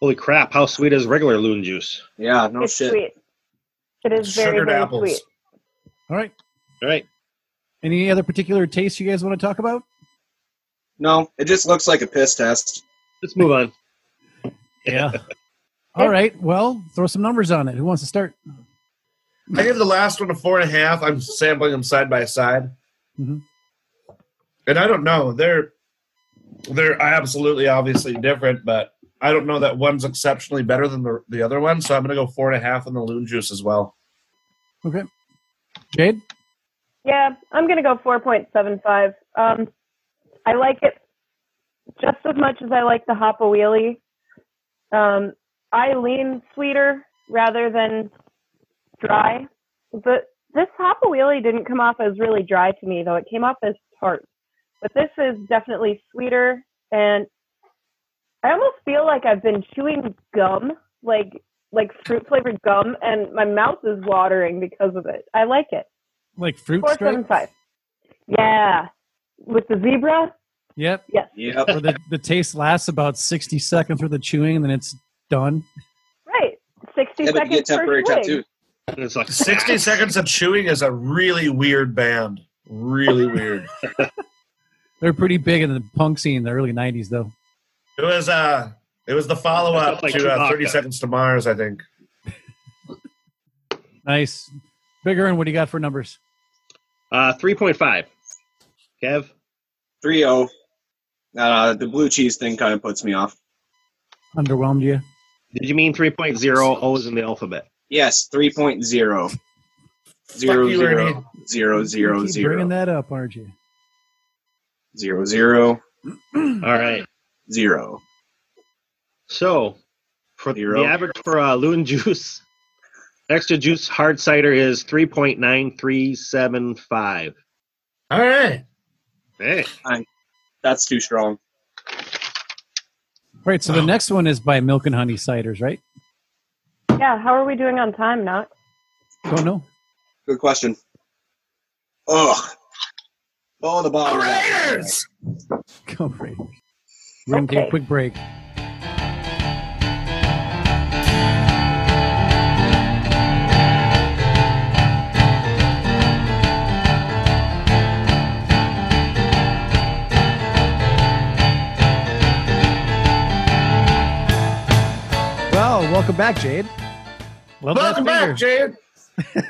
Speaker 2: Holy crap! How sweet is regular loon juice?
Speaker 4: Yeah. No
Speaker 5: it's
Speaker 4: shit.
Speaker 5: sweet. It is very,
Speaker 3: Oh, Sugared
Speaker 5: very
Speaker 3: apples.
Speaker 5: sweet.
Speaker 1: All right.
Speaker 2: All right.
Speaker 1: Any other particular taste you guys want to talk about?
Speaker 4: No, it just looks like a piss test.
Speaker 2: Let's move on.
Speaker 1: Yeah. All right. Well, throw some numbers on it. Who wants to start?
Speaker 3: I gave the last one a four and a half. I'm sampling them side by side,
Speaker 1: Mhm.
Speaker 3: and I don't know. They're they're absolutely obviously different, but I don't know that one's exceptionally better than the, the other one. So I'm going to go four and a half on the loon juice as well.
Speaker 1: Jade?
Speaker 5: Yeah, I'm gonna go 4.75. Um, I like it just as much as I like the Hoppa Wheelie. Um, I lean sweeter rather than dry, but this Hoppa Wheelie didn't come off as really dry to me though. It came off as tart, but this is definitely sweeter, and I almost feel like I've been chewing gum, like like fruit flavored gum, and my mouth is watering because of it. I like it.
Speaker 1: Like fruit
Speaker 5: Four
Speaker 1: stripe?
Speaker 5: seven five. Yeah, with the zebra.
Speaker 1: Yep.
Speaker 4: Yep.
Speaker 1: where the, the taste lasts about 60 seconds worth of chewing and then it's done.
Speaker 5: Right, sixty
Speaker 4: Yeah, but you
Speaker 5: seconds
Speaker 4: get temporary
Speaker 5: per swig.
Speaker 4: tattoo.
Speaker 2: And it's like
Speaker 3: Sixty seconds of chewing is a really weird band. Really weird.
Speaker 1: They're pretty big in the punk scene in the early 90s, though.
Speaker 3: it was uh it was the follow up
Speaker 2: Like
Speaker 3: to uh,
Speaker 2: Chewbacca.
Speaker 3: Thirty Seconds to Mars, I think.
Speaker 1: Nice. Bigger and what do you got for numbers?
Speaker 2: Uh, three point five. Kev,
Speaker 4: 3 0. oh. Uh, the blue cheese thing kind of puts me off.
Speaker 1: Underwhelmed you?
Speaker 2: did you mean 3.0 O's in the alphabet?
Speaker 4: Yes, 3.0. Zero, zero,
Speaker 3: you, Ernie.
Speaker 4: zero, zero,
Speaker 1: You keep
Speaker 4: zero,
Speaker 1: Bringing
Speaker 4: zero,
Speaker 1: that up, aren't you?
Speaker 4: zero, zero,
Speaker 2: All right.
Speaker 4: zero.
Speaker 2: So, for
Speaker 4: Zero.
Speaker 2: the average for uh, loon juice, extra juice hard cider is 3.9375.
Speaker 3: All right.
Speaker 2: Hey,
Speaker 4: That's too strong.
Speaker 1: All right, so the next one is by Milk and Honey Ciders, right?
Speaker 5: Yeah, how are we doing on time, Knox?
Speaker 1: Don't know.
Speaker 4: Good question. Ugh. Oh, the bottom.
Speaker 3: Raiders.
Speaker 1: Go for it. We're going to take a
Speaker 5: Okay.
Speaker 1: quick break. Well, welcome back, Jade. Love that
Speaker 3: Welcome
Speaker 1: finger.
Speaker 3: back, Jade.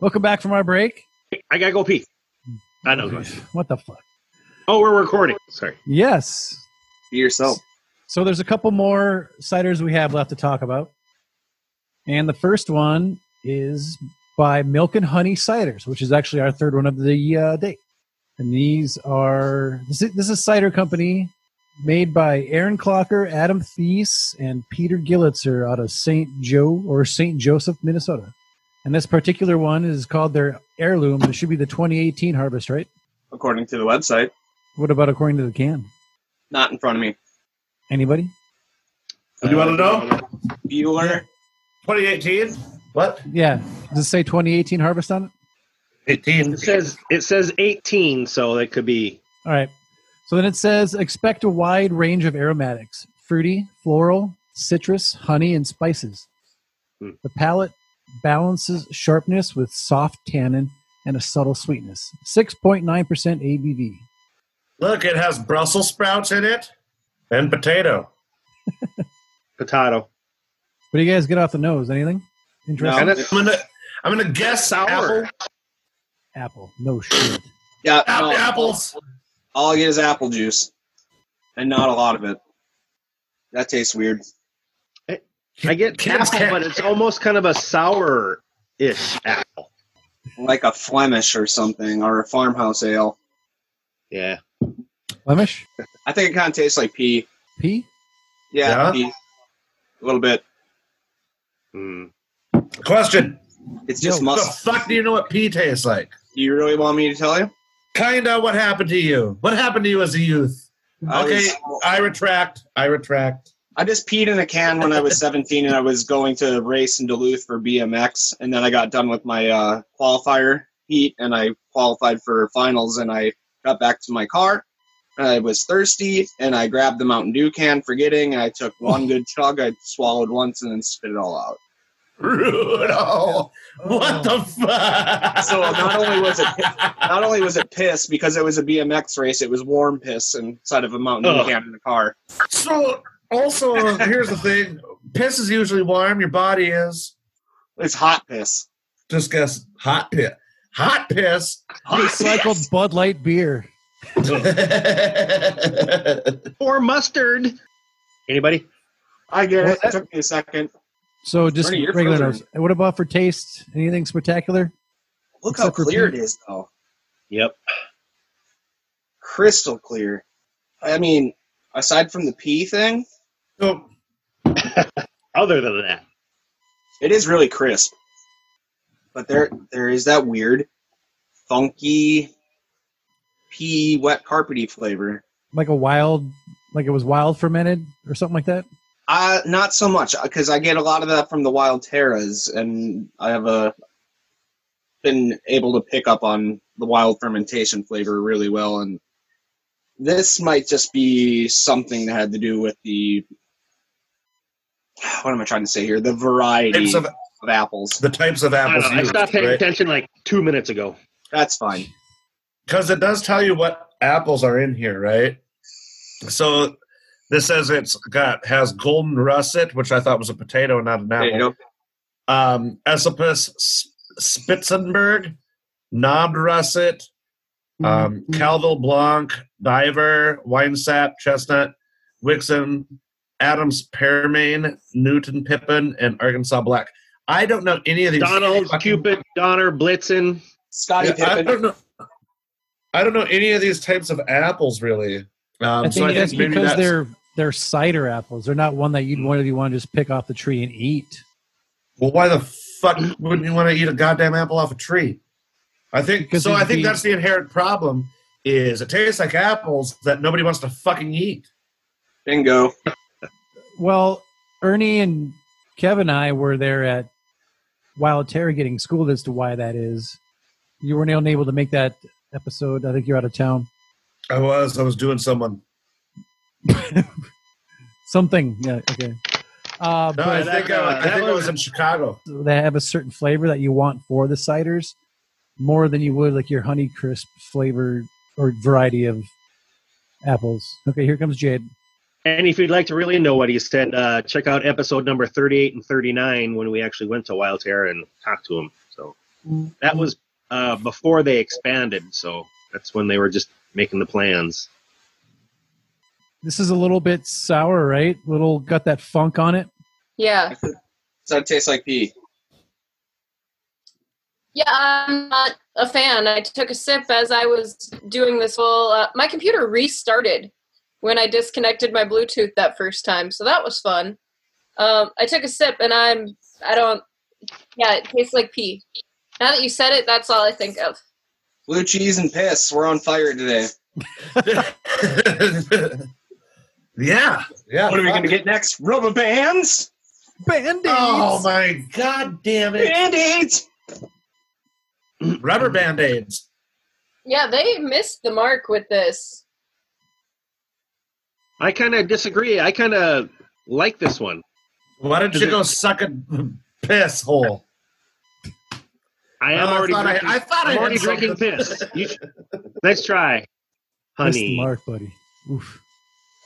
Speaker 1: Welcome back from our break.
Speaker 2: I gotta go pee. I know.
Speaker 1: What the fuck?
Speaker 2: Oh, we're recording. Sorry.
Speaker 1: Yes.
Speaker 4: Be yourself.
Speaker 1: So there's a couple more ciders we have left to talk about. And the first one is by Milk and Honey Ciders, which is actually our third one of the uh, day. And these are this is, this is a cider company made by Aaron Clocker, Adam Thies, and Peter Gillitzer out of St. Joe or St. Joseph, Minnesota. And this particular one is called their heirloom. It should be the 2018 harvest, right?
Speaker 4: According to the website,
Speaker 1: What about according to the can?
Speaker 4: not in front of me. Uh,
Speaker 1: Anybody?
Speaker 3: What do you want to know?
Speaker 4: Bueller.
Speaker 3: 2018. What?
Speaker 1: Yeah. Does it say 2018 harvest on it?
Speaker 3: 18.
Speaker 2: It says it says 18, so it could be
Speaker 1: All right. So then it says expect a wide range of aromatics fruity, floral, citrus, honey, and spices.
Speaker 2: Hmm.
Speaker 1: The palate balances sharpness with soft tannin and a subtle sweetness. 6.9% ABV.
Speaker 3: Look, it has Brussels sprouts in it and potato.
Speaker 2: Potato.
Speaker 1: What do you guys get off the nose? Anything? Interesting.
Speaker 3: And
Speaker 2: No.
Speaker 3: it's, I'm gonna, I'm gonna guess
Speaker 2: Sour.
Speaker 3: apple,
Speaker 1: Apple. No shit.
Speaker 4: Yeah,
Speaker 3: App-
Speaker 4: no,
Speaker 3: apples.
Speaker 4: All I get is apple juice, and not a lot of it. That tastes weird.
Speaker 2: I get
Speaker 3: Kids
Speaker 2: apple,
Speaker 3: can't-
Speaker 2: but it's almost kind of a sour-ish apple.
Speaker 4: Like a Flemish or something, or a farmhouse ale.
Speaker 2: Yeah.
Speaker 1: Flemish?
Speaker 4: I think it kind of tastes like pea.
Speaker 1: P?
Speaker 4: Yeah,
Speaker 3: Yeah?
Speaker 4: pea. A little bit.
Speaker 2: Mm.
Speaker 3: Question:
Speaker 4: It's just
Speaker 1: Yo,
Speaker 3: What the
Speaker 4: must.
Speaker 3: fuck do you know what pea tastes like?
Speaker 4: Do you really want me to tell you?
Speaker 3: Kinda. What happened to you? What happened to you as a youth?
Speaker 4: I
Speaker 3: Okay,
Speaker 4: was-
Speaker 3: I retract. I retract.
Speaker 4: I just peed in a can when I was 17 and I was going to race in Duluth for BMX. And then I got done with my uh, qualifier heat and I qualified for finals. And I got back to my car. And I was thirsty and I grabbed the Mountain Dew can, forgetting. And I took one good chug. I swallowed once and then spit it all out.
Speaker 3: Rudolph. What the fuck?
Speaker 4: So not only was it not only was it piss because it was a BMX race, it was warm piss inside of a Mountain Dew
Speaker 2: Ugh.
Speaker 4: can in the car.
Speaker 3: So also, here's the thing: piss is usually warm. Your body is.
Speaker 4: It's hot piss.
Speaker 3: Just guess hot piss. Hot piss. Hot
Speaker 1: Recycled Bud Light beer.
Speaker 3: piss.
Speaker 2: Or mustard. Anybody?
Speaker 4: I get
Speaker 1: Well,
Speaker 4: it. It took me a second.
Speaker 1: So just
Speaker 4: Ernie, you're
Speaker 1: regular
Speaker 4: frozen.
Speaker 1: nose. And what about for taste? Anything spectacular?
Speaker 4: Look how
Speaker 1: Except for
Speaker 4: clear
Speaker 1: pee.
Speaker 4: it is, though.
Speaker 2: Yep.
Speaker 4: crystal clear. I mean, aside from the pee thing,
Speaker 3: so,
Speaker 2: Other than that.
Speaker 4: it is really crisp. But there there is that weird, funky pea wet carpety flavor.
Speaker 1: Like a wild, like it was wild fermented or something like that?
Speaker 4: Uh, not so much because I get a lot of that from the wild terras, and I have a been able to pick up on the wild fermentation flavor really well. And this might just be something that had to do with the what am I trying to say here? The variety
Speaker 3: types
Speaker 4: of,
Speaker 3: of,
Speaker 4: apples.
Speaker 3: the types of
Speaker 2: I, don't
Speaker 3: apples
Speaker 2: know. I
Speaker 3: used,
Speaker 2: stopped paying
Speaker 3: right?
Speaker 2: attention like two minutes ago.
Speaker 4: That's fine.
Speaker 3: because it does tell you what apples are in here, right? So this says it's got has golden russet, which I thought was a potato and not an
Speaker 4: There
Speaker 3: apple.
Speaker 4: you go.
Speaker 3: Um, Esopus S- Spitzenberg, knobbed russet, um, Calville Blanc, Diver, Winesap, Chestnut, Wixen, Adams Pearmain, Newton Pippin, and Arkansas Black. I don't know any of these.
Speaker 2: Donald,
Speaker 3: fucking-
Speaker 2: Cupid, Donner, Blitzen.
Speaker 4: Scotty
Speaker 3: Yeah, I
Speaker 4: Pippen.
Speaker 3: don't know. I don't know any of these types of apples really. Um,
Speaker 1: I
Speaker 3: so I
Speaker 1: think that's
Speaker 3: think maybe
Speaker 1: because
Speaker 3: that's
Speaker 1: they're they're cider apples. They're not one that you'd want to you want to just pick off the tree and eat.
Speaker 3: well, why the fuck wouldn't you want to eat a goddamn apple off a tree? I think
Speaker 1: Because
Speaker 3: so. I
Speaker 1: it'd
Speaker 3: think
Speaker 1: be-
Speaker 3: that's the inherent problem. Is it tastes like apples that nobody wants to fucking eat?
Speaker 4: Bingo.
Speaker 1: Well, Ernie and Kevin and I were there at Wild Terror getting schooled as to why that is. You weren't able to make that episode. I think you're out of town.
Speaker 3: I was. I was doing someone.
Speaker 1: Something. Yeah. Okay. Uh,
Speaker 3: No, I
Speaker 1: but
Speaker 2: that,
Speaker 3: think I,
Speaker 2: uh,
Speaker 3: I
Speaker 2: that
Speaker 3: think I
Speaker 2: was-
Speaker 3: was in Chicago.
Speaker 1: they have a certain flavor that you want for the ciders more than you would like your honey crisp flavor or variety of apples. Okay. Here comes Jade.
Speaker 2: And if you'd like to really know what he said, uh, check out episode number 38 and 39 when we actually went to Wild Terra and talked to him. So that was uh, before they expanded. So that's when they were just making the plans.
Speaker 1: This is a little bit sour, right? Little got that funk on it.
Speaker 6: Yeah.
Speaker 4: So it tastes like pea.
Speaker 6: Yeah, I'm not a fan. I took a sip as I was doing this whole. Uh, my computer restarted when I disconnected my Bluetooth that first time, so that was fun. Um, I took a sip and I'm. I don't. Yeah, it tastes like pee. Now that you said it, that's all I think of.
Speaker 4: Blue cheese and piss. We're on fire today.
Speaker 3: yeah, yeah.
Speaker 4: What are we going to get next? Rubber bands?
Speaker 1: Band-aids.
Speaker 3: Oh my god damn it!
Speaker 4: Band-aids!
Speaker 3: Rubber band aids.
Speaker 6: Yeah, they missed the mark with this.
Speaker 2: I kind of disagree. I kind of like this one.
Speaker 3: Why don't
Speaker 2: Does
Speaker 3: you
Speaker 2: it-
Speaker 3: go suck a piss hole.
Speaker 2: I am
Speaker 3: Oh, I
Speaker 2: already.
Speaker 3: thought I-
Speaker 2: drinking,
Speaker 3: I thought I
Speaker 2: am
Speaker 3: had
Speaker 2: already drinking
Speaker 3: something.
Speaker 2: piss. You sh- nice try,
Speaker 1: Missed the
Speaker 2: honey.
Speaker 1: mark, buddy. Oof.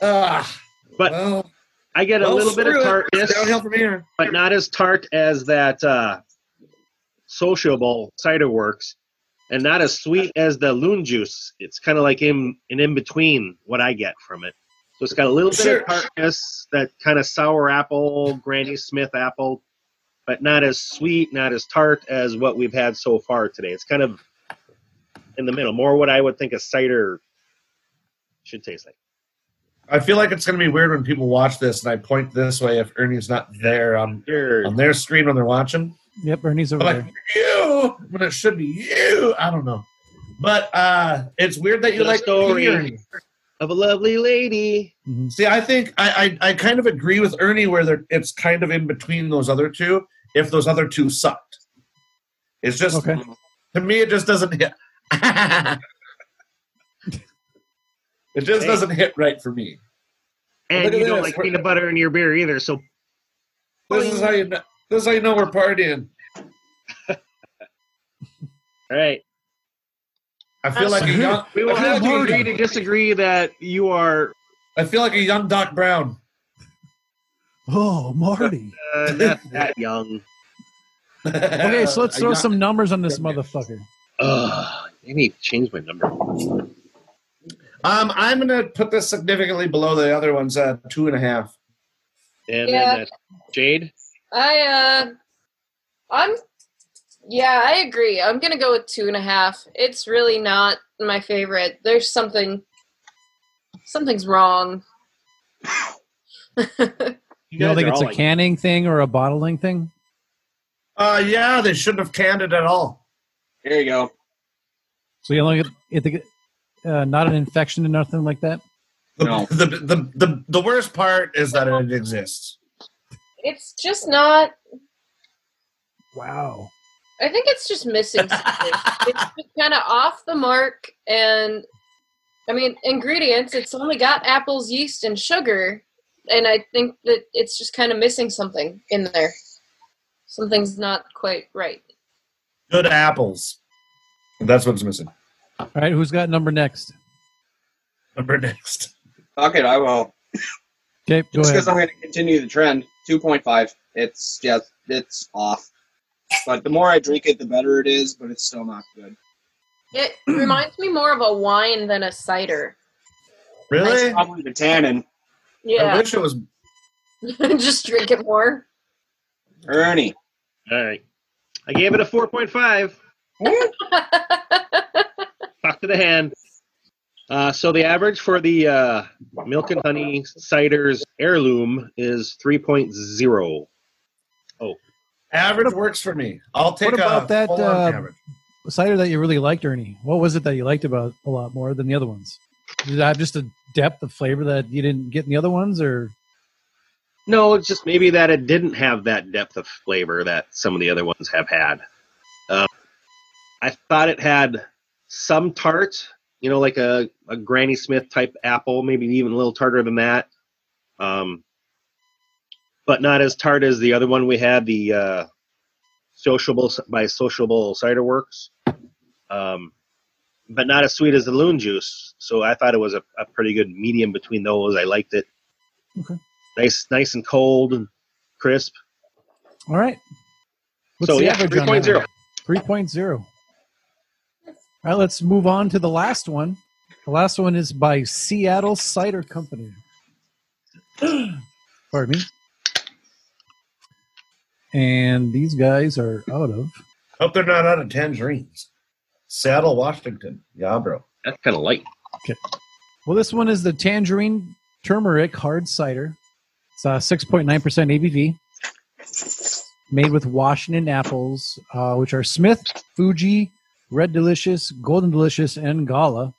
Speaker 3: Ah,
Speaker 2: But-
Speaker 3: well,
Speaker 2: I get a
Speaker 3: well,
Speaker 2: little bit
Speaker 3: screw
Speaker 2: of
Speaker 3: it.
Speaker 2: tartness,
Speaker 3: downhill from here.
Speaker 2: but not as tart as that uh, sociable cider works, and not as sweet as the loon juice. It's kind of like in an in between what I get from it. So it's got a little bit
Speaker 3: Sure.
Speaker 2: of tartness, that kind of sour apple, Granny Smith apple, but not as sweet, not as tart as what we've had so far today. It's kind of in the middle, more what I would think a cider should taste like.
Speaker 3: I feel like it's going to be weird when people watch this and I point this way if Ernie's not there on,
Speaker 2: Here,
Speaker 3: on their screen when they're watching.
Speaker 1: Yep, Ernie's over
Speaker 3: I'm
Speaker 1: there.
Speaker 3: like, you, when it should be you. I don't know. But uh, it's weird that you
Speaker 2: Good
Speaker 3: like
Speaker 2: story.
Speaker 3: Ernie, Ernie.
Speaker 2: of a lovely lady.
Speaker 1: Mhm.
Speaker 3: See, I think I, I, I kind of agree with Ernie where they're, it's kind of in between those other two if those other two sucked. It's just,
Speaker 1: Okay.
Speaker 3: to me, it just doesn't hit. it just
Speaker 2: Hey.
Speaker 3: doesn't hit right for me. Look
Speaker 2: And
Speaker 3: at
Speaker 2: you don't
Speaker 3: this.
Speaker 2: like peanut butter in your beer either, so
Speaker 3: This is how you know, this is how you know we're partying.
Speaker 2: all right.
Speaker 3: I feel like a young,
Speaker 2: We will
Speaker 3: I feel
Speaker 2: have to
Speaker 3: like a-
Speaker 2: agree to disagree that you are
Speaker 3: I feel like a young Doc Brown.
Speaker 1: Oh, Marty.
Speaker 2: uh, not that young.
Speaker 1: Okay, so let's
Speaker 3: A
Speaker 1: throw
Speaker 3: young-
Speaker 1: some numbers on this motherfucker.
Speaker 2: Ugh, I need to change my number.
Speaker 3: Um, I'm gonna put this significantly below the other ones. Uh, two and a half.
Speaker 2: And
Speaker 6: Yeah.
Speaker 2: then uh, Jade.
Speaker 6: I uh I'm yeah, I agree. I'm gonna go with two and a half. It's really not my favorite. There's something something's wrong.
Speaker 1: You don't
Speaker 2: guys
Speaker 1: think
Speaker 2: are
Speaker 1: it's
Speaker 2: all
Speaker 1: a
Speaker 2: like-
Speaker 1: canning thing or a bottling thing?
Speaker 3: Uh, yeah, they shouldn't have canned it at all.
Speaker 4: There you go.
Speaker 1: So you only get the, uh, not an infection or nothing like that?
Speaker 3: The,
Speaker 4: No.
Speaker 3: the, the, the, the worst part is that it exists.
Speaker 6: It's just not
Speaker 1: Wow.
Speaker 6: I think it's just missing something. it's just kinda off the mark and I mean ingredients, it's only got apples, yeast, and sugar. And I think that it's just kind of missing something in there. Something's not quite right.
Speaker 3: Good apples. That's what's missing.
Speaker 1: All right, who's got number next?
Speaker 3: Number next.
Speaker 4: Fuck it, I will.
Speaker 1: Okay, go ahead.
Speaker 4: Just because I'm going to continue the trend. 2.5. It's yeah, it's off. But the more I drink it, the better it is. But it's still not good.
Speaker 6: It reminds me more of a wine than a cider.
Speaker 3: Really?
Speaker 4: It's probably the tannin.
Speaker 2: Oh,
Speaker 3: I
Speaker 6: Yeah,
Speaker 3: wish it was.
Speaker 6: just drink it more.
Speaker 4: Ernie.
Speaker 2: All right. I gave it a 4.5. Talk to the hand. Uh, so the average for the uh, milk and honey ciders heirloom is 3.0.
Speaker 3: Average works for me. I'll take
Speaker 1: about
Speaker 3: a
Speaker 1: that,
Speaker 3: full-on
Speaker 1: uh,
Speaker 3: average.
Speaker 1: Cider that you really liked, Ernie. What was it that you liked about a lot more than the other ones? Did it have just a depth of flavor that you didn't get in the other ones, or
Speaker 2: No, it's just maybe that it didn't have that depth of flavor that some of the other ones have had. Um, I thought it had some tart, you know, like a, a Granny Smith type apple, maybe even a little tarter than that. Um, but not as tart as the other one we had, the uh, Sociable by Sociable Cider Works. Um, but not as sweet as the Loon Juice. So I thought it was a, a pretty good medium between those. I liked it nice nice and cold and crisp.
Speaker 1: all right? What's
Speaker 2: so
Speaker 1: the
Speaker 2: yeah,
Speaker 1: average on that
Speaker 2: 3.0.
Speaker 1: one? 3.0. All right, let's move on to the last one. The last one is by Seattle Cider Company. Pardon me. And these guys are out of.
Speaker 3: Hope they're not out of tangerines. Seattle, Washington. Yeah, bro.
Speaker 2: That's kind of light.
Speaker 1: Well, this one is the Tangerine Turmeric Hard Cider. It's uh, 6.9% ABV. Made with Washington apples, uh, which are Smith, Fuji, Red Delicious, Golden Delicious, and Gala.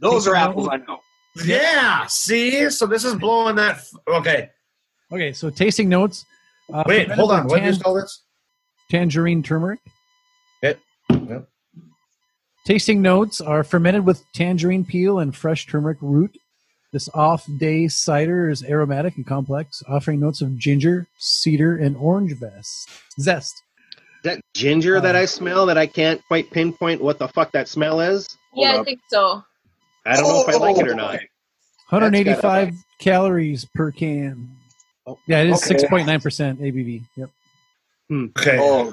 Speaker 4: Those are
Speaker 1: Take
Speaker 4: apples I know.
Speaker 3: Yeah. See, so this is blowing that. F- okay.
Speaker 1: Okay, so tasting notes. Uh,
Speaker 3: Wait,
Speaker 1: fermented
Speaker 3: hold on.
Speaker 1: with
Speaker 3: What
Speaker 1: tan-
Speaker 3: did you call this?
Speaker 1: tangerine turmeric.
Speaker 3: It. Yep.
Speaker 1: Tasting notes are fermented with tangerine peel and fresh turmeric root, This off day cider is aromatic and complex, offering notes of ginger, cedar, and orange vest, zest.
Speaker 2: that ginger that I smell that I can't quite pinpoint what the fuck that smell is. Hold
Speaker 6: yeah, I
Speaker 2: up.
Speaker 6: think so.
Speaker 2: I don't know if I like it or not.
Speaker 1: 185 calories per can.
Speaker 2: Oh,
Speaker 1: yeah, it is
Speaker 4: okay.
Speaker 1: 6.9% ABV. Yep.
Speaker 3: Okay.
Speaker 4: Oh,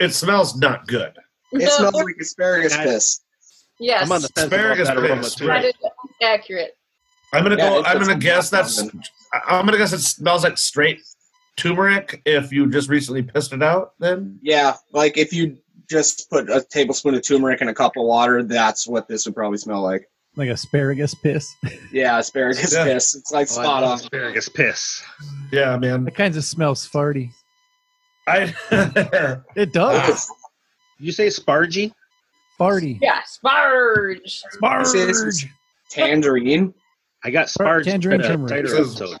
Speaker 3: It smells not good.
Speaker 4: it smells like asparagus
Speaker 2: I-
Speaker 4: piss.
Speaker 6: yes,
Speaker 2: I'm on the fence about
Speaker 3: Asparagus
Speaker 2: that aroma
Speaker 3: paste,
Speaker 2: too.
Speaker 6: that
Speaker 3: right.
Speaker 6: is accurate.
Speaker 3: I'm gonna
Speaker 4: Yeah,
Speaker 3: go.
Speaker 4: it
Speaker 3: I'm gonna
Speaker 4: doesn't
Speaker 3: guess
Speaker 4: smell
Speaker 3: that's.
Speaker 4: common.
Speaker 3: I- I'm gonna guess it smells like straight turmeric. If you just recently pissed it out, then
Speaker 4: Yeah, like if you just put a tablespoon of turmeric in a cup of water, that's what this would probably smell like.
Speaker 1: Like asparagus piss.
Speaker 4: Yeah, asparagus
Speaker 3: Yeah.
Speaker 4: piss. It's like
Speaker 2: Oh, I
Speaker 4: spot
Speaker 2: love
Speaker 4: on.
Speaker 2: Asparagus piss.
Speaker 3: yeah, man.
Speaker 1: That kind of smells farty.
Speaker 3: I
Speaker 1: It does.
Speaker 2: You say spargy?
Speaker 1: farty.
Speaker 6: Yeah, sparge.
Speaker 1: Sparge.
Speaker 4: This is- Tangerine.
Speaker 2: I got sparge
Speaker 1: Tangerine
Speaker 2: in a
Speaker 1: turmeric.
Speaker 2: tighter
Speaker 3: This is-
Speaker 2: episode.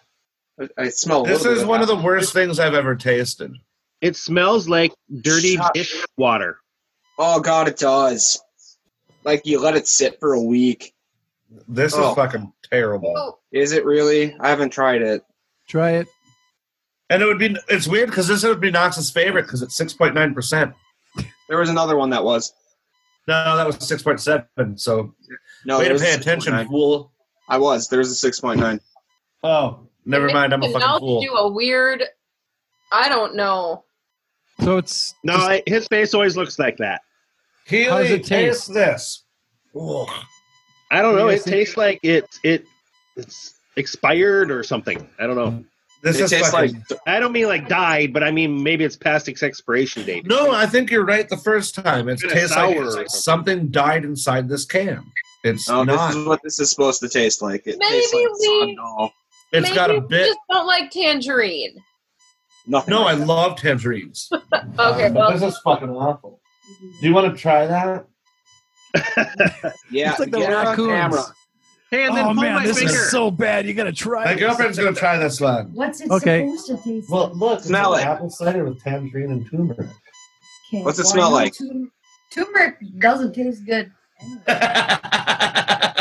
Speaker 4: I- I smell. a
Speaker 3: this
Speaker 4: little bit
Speaker 3: is one of
Speaker 4: that.
Speaker 3: the worst things I've ever tasted.
Speaker 2: It smells like dirty
Speaker 4: Shut-
Speaker 2: dish water.
Speaker 4: Oh god, it does. Like you let it sit for a week.
Speaker 3: This
Speaker 4: Oh.
Speaker 3: is fucking terrible.
Speaker 6: Oh,
Speaker 4: Is it really? I haven't tried it.
Speaker 1: Try it.
Speaker 3: And it would be. It's weird because this would be Knox's favorite because it's six point nine percent.
Speaker 4: There was another one that was.
Speaker 3: No, that was six point seven. So
Speaker 4: No,
Speaker 3: way
Speaker 4: there
Speaker 3: to
Speaker 4: was a
Speaker 3: pay attention,
Speaker 4: 6.9.
Speaker 3: fool.
Speaker 4: I was. There was a six point nine.
Speaker 3: Oh, never
Speaker 6: it
Speaker 3: mind. I'm a
Speaker 6: makes the mouth
Speaker 3: fucking fool.
Speaker 6: Do a weird. I don't know.
Speaker 1: So it's
Speaker 2: No,
Speaker 1: just-
Speaker 2: I, his face always looks like that.
Speaker 3: Healy,
Speaker 1: How does it
Speaker 3: taste
Speaker 1: taste?
Speaker 3: this. Ugh.
Speaker 2: I don't know.
Speaker 1: Yeah,
Speaker 2: It
Speaker 1: see-
Speaker 2: tastes like it it it's expired or something. I don't know.
Speaker 3: This
Speaker 4: It
Speaker 3: is
Speaker 4: tastes
Speaker 3: fucking
Speaker 4: like
Speaker 2: I don't mean like died, but I mean maybe it's past its expiration date.
Speaker 3: No, I think you're right the first time. It
Speaker 2: It's
Speaker 3: tastes like
Speaker 2: sour or something.
Speaker 3: something died inside this can. It's
Speaker 4: no,
Speaker 3: not.
Speaker 4: Oh, this is what this is supposed to taste like. It tastes
Speaker 6: Maybe
Speaker 4: like
Speaker 6: we-
Speaker 4: Sodal.
Speaker 3: it's got
Speaker 6: Maybe
Speaker 3: a
Speaker 6: we
Speaker 3: bit.
Speaker 6: Just don't like tangerine.
Speaker 4: Nothing.
Speaker 3: No, I
Speaker 4: like that.
Speaker 3: love tangerines. Uh,
Speaker 6: Okay, well,
Speaker 3: is fucking awful. Do you want to try that?
Speaker 4: yeah,
Speaker 1: it's like the
Speaker 4: get it on
Speaker 1: raccoons.
Speaker 4: camera.
Speaker 2: Hey, and then
Speaker 1: oh
Speaker 2: pull
Speaker 1: man,
Speaker 2: my
Speaker 1: this
Speaker 2: finger.
Speaker 1: is so bad. You gotta try
Speaker 3: My
Speaker 1: it.
Speaker 3: girlfriend's gonna try this one.
Speaker 7: What's it
Speaker 1: Okay.
Speaker 7: supposed to taste
Speaker 3: Well, look,
Speaker 4: it's Smell like it.
Speaker 3: apple cider with tangerine and turmeric.
Speaker 7: like?
Speaker 4: what's it
Speaker 7: Why
Speaker 4: smell
Speaker 7: not
Speaker 4: like?
Speaker 7: tum- Turmeric doesn't taste good.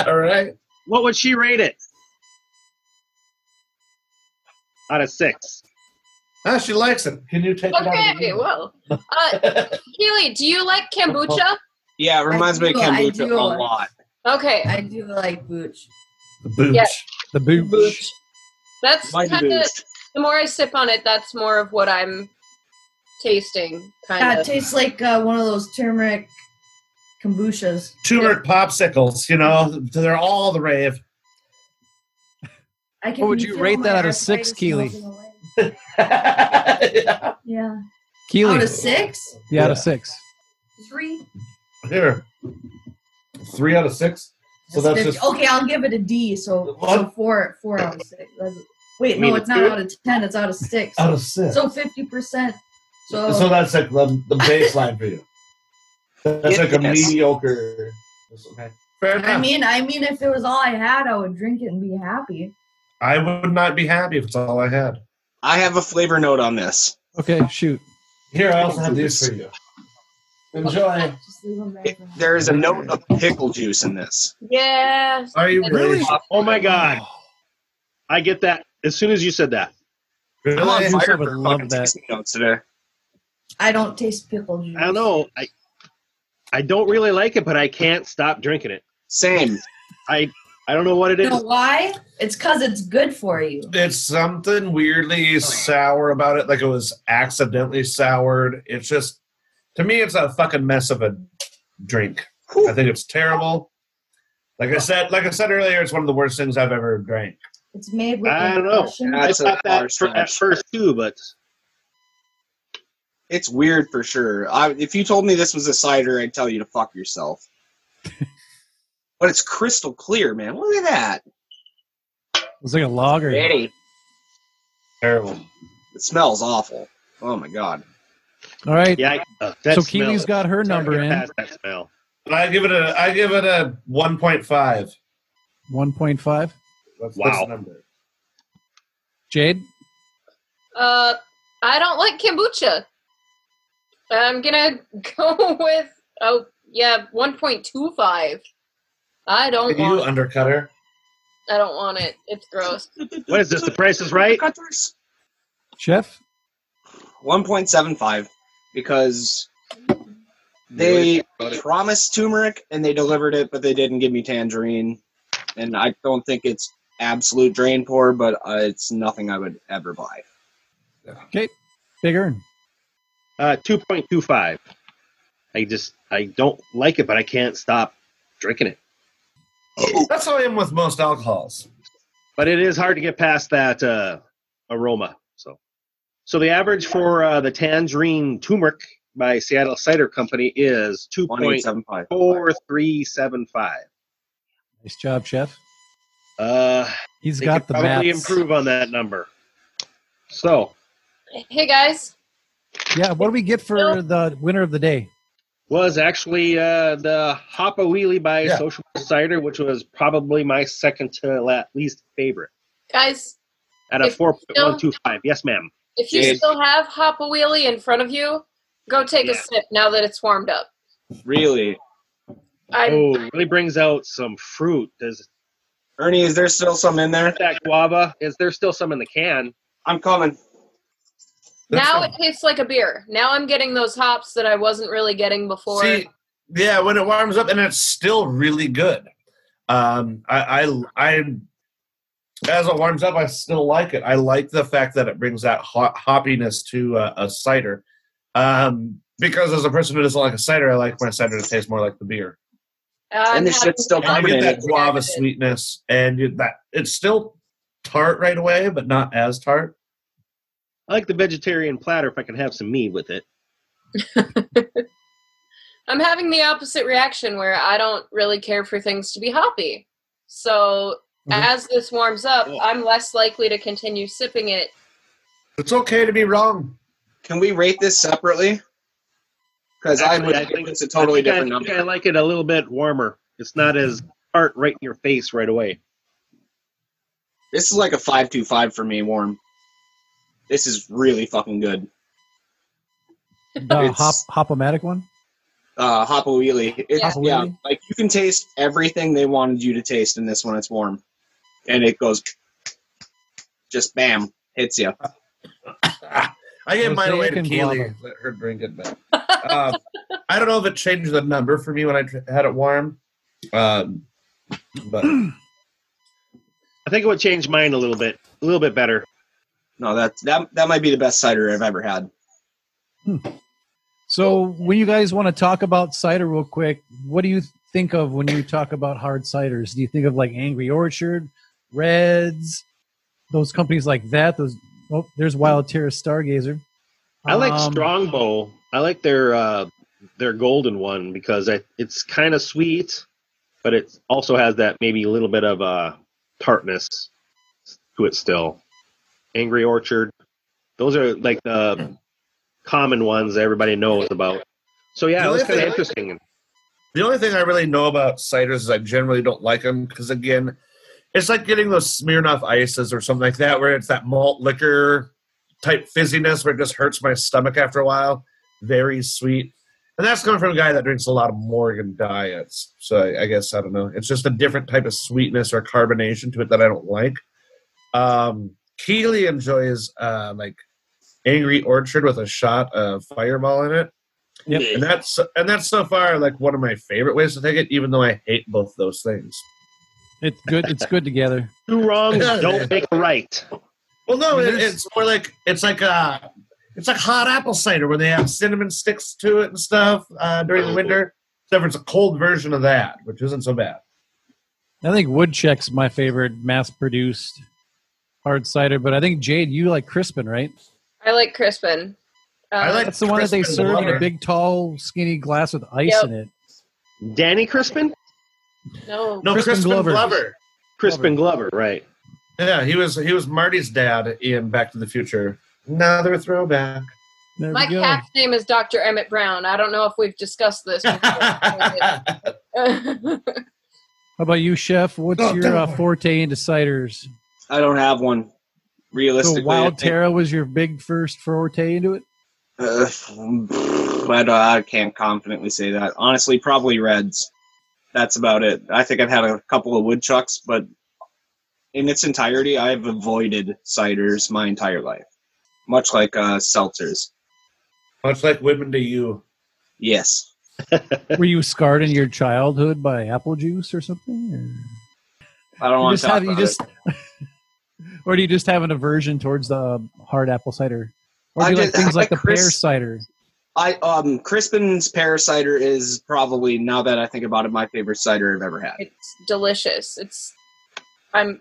Speaker 3: All right.
Speaker 2: what would she rate it? Out of six.
Speaker 3: Ah, she likes it. Can you take it out? of
Speaker 6: okay,
Speaker 3: the-
Speaker 6: well. Uh, Keely, do you like kombucha?
Speaker 4: Yeah, it reminds me of
Speaker 7: do, I
Speaker 4: kombucha
Speaker 7: do.
Speaker 4: a lot.
Speaker 6: Okay.
Speaker 7: I do like booch.
Speaker 3: The booch.
Speaker 6: Yeah.
Speaker 1: The booch.
Speaker 6: That's
Speaker 4: Mighty
Speaker 6: kind of
Speaker 4: boost.
Speaker 6: the more I sip on it, that's more of what I'm tasting.
Speaker 7: Yeah,
Speaker 6: Kind
Speaker 7: it
Speaker 6: of.
Speaker 7: tastes like uh, one of those turmeric kombuchas.
Speaker 3: Turmeric popsicles. You know, they're all the rave.
Speaker 7: I can
Speaker 1: What would you
Speaker 7: feel
Speaker 1: rate
Speaker 7: my
Speaker 1: that out of six,
Speaker 7: arthritis
Speaker 1: Keely?
Speaker 7: melting away.
Speaker 3: Yeah.
Speaker 7: Yeah.
Speaker 1: Keely.
Speaker 7: Out of six?
Speaker 1: yeah, out of
Speaker 3: Yeah.
Speaker 1: six.
Speaker 7: Three?
Speaker 3: Here. Three out of six. So that's
Speaker 7: fifty-
Speaker 3: just
Speaker 7: okay. I'll give it a D. So so
Speaker 3: What?
Speaker 7: four four out of six. That's- wait,
Speaker 2: You mean
Speaker 7: no,
Speaker 2: a
Speaker 7: it's not
Speaker 2: two?
Speaker 7: out of ten. It's out of six.
Speaker 3: out of six.
Speaker 7: so fifty percent. So,
Speaker 3: Oh, So that's like the, the baseline for you. That's like a
Speaker 4: Yes.
Speaker 3: mediocre. Okay. Fair enough.
Speaker 7: I
Speaker 3: I,
Speaker 7: mean, I mean, if it was all I had, I would drink it and be happy.
Speaker 3: would not be happy if it's all I had.
Speaker 4: I have a flavor note on this.
Speaker 1: Okay, shoot.
Speaker 3: Here, I also have these for you. Enjoy.
Speaker 7: Just leave them there.
Speaker 4: It-
Speaker 7: for now.
Speaker 4: there is a note of pickle juice in this.
Speaker 6: Yeah.
Speaker 3: Are you really?
Speaker 2: Oh my god. I get that as soon as you said that.
Speaker 4: I'm on
Speaker 3: Really?
Speaker 1: Juice, I
Speaker 4: fire
Speaker 1: would
Speaker 4: for
Speaker 1: love
Speaker 4: fucking
Speaker 1: that.
Speaker 4: tasting notes today.
Speaker 7: I don't taste pickle juice.
Speaker 2: I don't know. I I don't really like it, but I can't stop drinking it.
Speaker 4: Same.
Speaker 2: I I don't know what it
Speaker 7: You
Speaker 2: is.
Speaker 7: know why? It's because it's good for you.
Speaker 3: It's something weirdly sour about it, like it was accidentally soured. It's just, to me, it's a fucking mess of a drink. I think it's terrible. Like I said, like I said earlier, it's one of the worst things I've ever drank.
Speaker 7: It's made with.
Speaker 2: I don't know.
Speaker 7: passion.
Speaker 2: I
Speaker 4: That's a
Speaker 2: thought that
Speaker 4: far
Speaker 2: fir- at
Speaker 4: stretch.
Speaker 2: first too, but
Speaker 4: It's weird for sure. I, if you told me this was a cider, I'd tell you to fuck yourself. but it's crystal clear, man. Look at that.
Speaker 1: It's like a lager.
Speaker 3: Terrible.
Speaker 4: It smells awful. Oh my god.
Speaker 1: All right.
Speaker 2: yeah. I, uh, that
Speaker 1: so
Speaker 2: smell
Speaker 1: Keely's
Speaker 2: is-
Speaker 1: got her
Speaker 2: it's hard
Speaker 1: number
Speaker 2: to
Speaker 1: in.
Speaker 2: get past That smell.
Speaker 3: I give it a I give it a one point five.
Speaker 1: One point five.
Speaker 2: Wow.
Speaker 3: number.
Speaker 1: Jade.
Speaker 6: Uh, I don't like kombucha. I'm gonna go with oh yeah, 1.25. I don't
Speaker 3: You
Speaker 6: want.
Speaker 3: undercutter.
Speaker 6: I don't want it. It's gross.
Speaker 2: What is this? The Price is Right?
Speaker 4: Cutters?
Speaker 1: Chef?
Speaker 4: 1.75 because they promised turmeric and they delivered it, but they didn't give me tangerine. And I don't think it's absolute drain pour, but uh, it's nothing I would ever buy.
Speaker 1: Bigger.
Speaker 2: Uh, 2.25. I just, I don't like it, but I can't stop drinking it.
Speaker 3: That's how I am with most alcohols.
Speaker 2: But it is hard to get past that uh, aroma. So, so the average for uh, the tangerine turmeric by Seattle Cider Company is
Speaker 4: 1.75.
Speaker 2: 2.4375.
Speaker 1: Nice job, Chef.
Speaker 2: Uh,
Speaker 1: He's
Speaker 2: they
Speaker 1: got
Speaker 2: could
Speaker 1: the
Speaker 2: probably
Speaker 1: maths.
Speaker 2: improve on that number. So,
Speaker 6: Hey guys,
Speaker 1: Yeah, what do we get for
Speaker 6: Bill?
Speaker 1: the winner of the day?
Speaker 2: was actually uh, the Hop a Wheelie by
Speaker 3: Yeah.
Speaker 2: Social Cider, which was probably my second to la- least favorite
Speaker 6: guys,
Speaker 2: at a
Speaker 6: If-
Speaker 2: 4.125. Yes, ma'am.
Speaker 6: if you
Speaker 4: Yes.
Speaker 6: still have Hop a Wheelie in front of you, go take a
Speaker 2: Yeah.
Speaker 6: sip now that it's warmed up.
Speaker 4: Really?
Speaker 6: I
Speaker 2: Oh, really brings out some fruit. Does
Speaker 4: Ernie, is there still some in there?
Speaker 2: that guava? Is there still some in the can?
Speaker 4: I'm coming.
Speaker 3: That's
Speaker 6: now
Speaker 3: fine.
Speaker 6: it tastes like a beer. Now I'm getting those hops that I wasn't really getting before.
Speaker 3: See, yeah, when it warms up, and it's still really good. Um, I, I, I, as it warms up, I still like it. I like the fact that it brings that hot, hoppiness to uh, a cider. Um, because as a person who doesn't like a cider, I like my cider to taste more like the beer.
Speaker 6: I'm
Speaker 4: And this
Speaker 6: having-
Speaker 4: shit's still
Speaker 3: And you get that
Speaker 4: Carbonated.
Speaker 3: guava sweetness, and you, that it's still tart right away, but not as tart.
Speaker 2: I like the vegetarian platter if I can have some meat with it.
Speaker 6: I'm having the opposite reaction where I don't really care for things to be hoppy. So
Speaker 1: Mhm.
Speaker 3: Mm-hmm.
Speaker 6: as this warms up,
Speaker 2: Cool.
Speaker 6: I'm less likely to continue sipping it.
Speaker 3: It's okay to be wrong.
Speaker 4: Can we rate this separately? Because I
Speaker 2: Actually,
Speaker 4: would
Speaker 2: I
Speaker 4: think
Speaker 2: think-
Speaker 4: it's a totally
Speaker 2: I think I-
Speaker 4: different
Speaker 2: I think
Speaker 4: number.
Speaker 2: I like it a little bit warmer. It's not as tart right in your face right away.
Speaker 4: This is like a 525 for me, warm. This is really fucking good.
Speaker 1: The hop
Speaker 4: It's-
Speaker 1: hopomatic one?
Speaker 4: Uh, Hop Wheelie. It,
Speaker 6: Yeah.
Speaker 4: yeah.
Speaker 1: Hop-a-wheelie?
Speaker 4: like you can taste everything they wanted you to taste in this when it's warm. And it goes just bam, hits you.
Speaker 3: I gave mine away
Speaker 1: Mosaic
Speaker 3: to
Speaker 1: and
Speaker 3: Keely.
Speaker 1: guava.
Speaker 3: Let her drink it back. uh, I don't know if it changed the number for me when I tr- had it warm, um, but
Speaker 2: I think it would change mine a little bit, a little bit better.
Speaker 4: No, that that that might be the best cider I've ever had.
Speaker 1: So, when you guys want to talk about cider real quick, what do you think of when you talk about hard ciders? Do you think of like Angry Orchard, Reds, those companies like that? Those oh, there's Wild Terrace Stargazer.
Speaker 2: I like
Speaker 1: Um,
Speaker 2: Strongbow. I like their uh, their golden one because I, it's kind of sweet, but it also has that maybe a little bit of uh, tartness to it still. Angry Orchard. Those are like the common ones that everybody knows about. So yeah,
Speaker 3: The
Speaker 2: it was
Speaker 3: only
Speaker 2: kind of
Speaker 3: thing-
Speaker 2: interesting.
Speaker 3: the only thing I really know about ciders is I generally don't like them because again, it's like getting those Smirnoff ices or something like that, where it's that malt liquor type fizziness where it just hurts my stomach after a while. Very sweet. And that's coming from a guy that drinks a lot of Morgan diets. So I, I guess, I don't know. It's just a different type of sweetness or carbonation to it that I don't like. Um, Keely enjoys uh, like Angry Orchard with a shot of fireball in it.
Speaker 1: Yep.
Speaker 3: And that's and that's so far like one of my favorite ways to take it, even though I hate both those things.
Speaker 1: It's good. It's good together.
Speaker 2: Two wrongs don't make a right.
Speaker 3: Well, no,
Speaker 1: It
Speaker 3: it,
Speaker 1: is-
Speaker 3: it's more like it's like uh it's like hot apple cider where they have cinnamon sticks to it and stuff uh, during
Speaker 1: Oh.
Speaker 3: the winter. Except for it's a cold version of that, which isn't so bad.
Speaker 1: I think Woodchuck's my favorite mass-produced hard cider, but I think Jade, you like Crispin, right?
Speaker 6: I like Crispin. Uh,
Speaker 3: I like-
Speaker 1: That's the one that they
Speaker 3: Crispin
Speaker 1: serve in a
Speaker 3: Glover.
Speaker 1: big, tall, skinny glass with ice
Speaker 6: Yep.
Speaker 1: in it.
Speaker 2: Danny Crispin,
Speaker 6: no.
Speaker 3: No,
Speaker 1: Crispin
Speaker 3: Crispin,
Speaker 1: Glover.
Speaker 3: Glover.
Speaker 2: Crispin Glover, right?
Speaker 3: Yeah, he was he was Marty's dad in Back to the Future. Another throwback.
Speaker 1: There
Speaker 6: My
Speaker 1: we go.
Speaker 6: cat's name is Dr. Emmett Brown. I don't know if we've discussed this. Before.
Speaker 1: How about you, Chef? What's
Speaker 3: Oh,
Speaker 1: your
Speaker 3: don't
Speaker 1: uh,
Speaker 3: worry.
Speaker 1: forte into ciders?
Speaker 4: I don't have one.
Speaker 1: So
Speaker 4: Realistically, I
Speaker 1: Wild
Speaker 4: think-
Speaker 1: Terra was your big first forte into it.
Speaker 4: Uh, but I can't confidently say that. Honestly, probably Reds. That's about it. I think I've had a couple of woodchucks, but in its entirety, I've avoided ciders my entire life, much like uh, seltzers.
Speaker 3: Much like women to you.
Speaker 4: Yes.
Speaker 1: Were you scarred in your childhood by apple juice or something? Or
Speaker 4: I don't
Speaker 1: you
Speaker 4: want
Speaker 1: just
Speaker 4: to talk
Speaker 1: have you
Speaker 4: about
Speaker 1: just, or do you just have an aversion towards the hard apple cider, or do
Speaker 4: I
Speaker 1: you like
Speaker 4: did-
Speaker 1: things
Speaker 4: I
Speaker 1: like the
Speaker 4: like Chris-
Speaker 1: pear cider?
Speaker 4: I um Crispin's pear cider is probably now that I think about it, my favorite cider I've ever had.
Speaker 6: It's delicious. It's I'm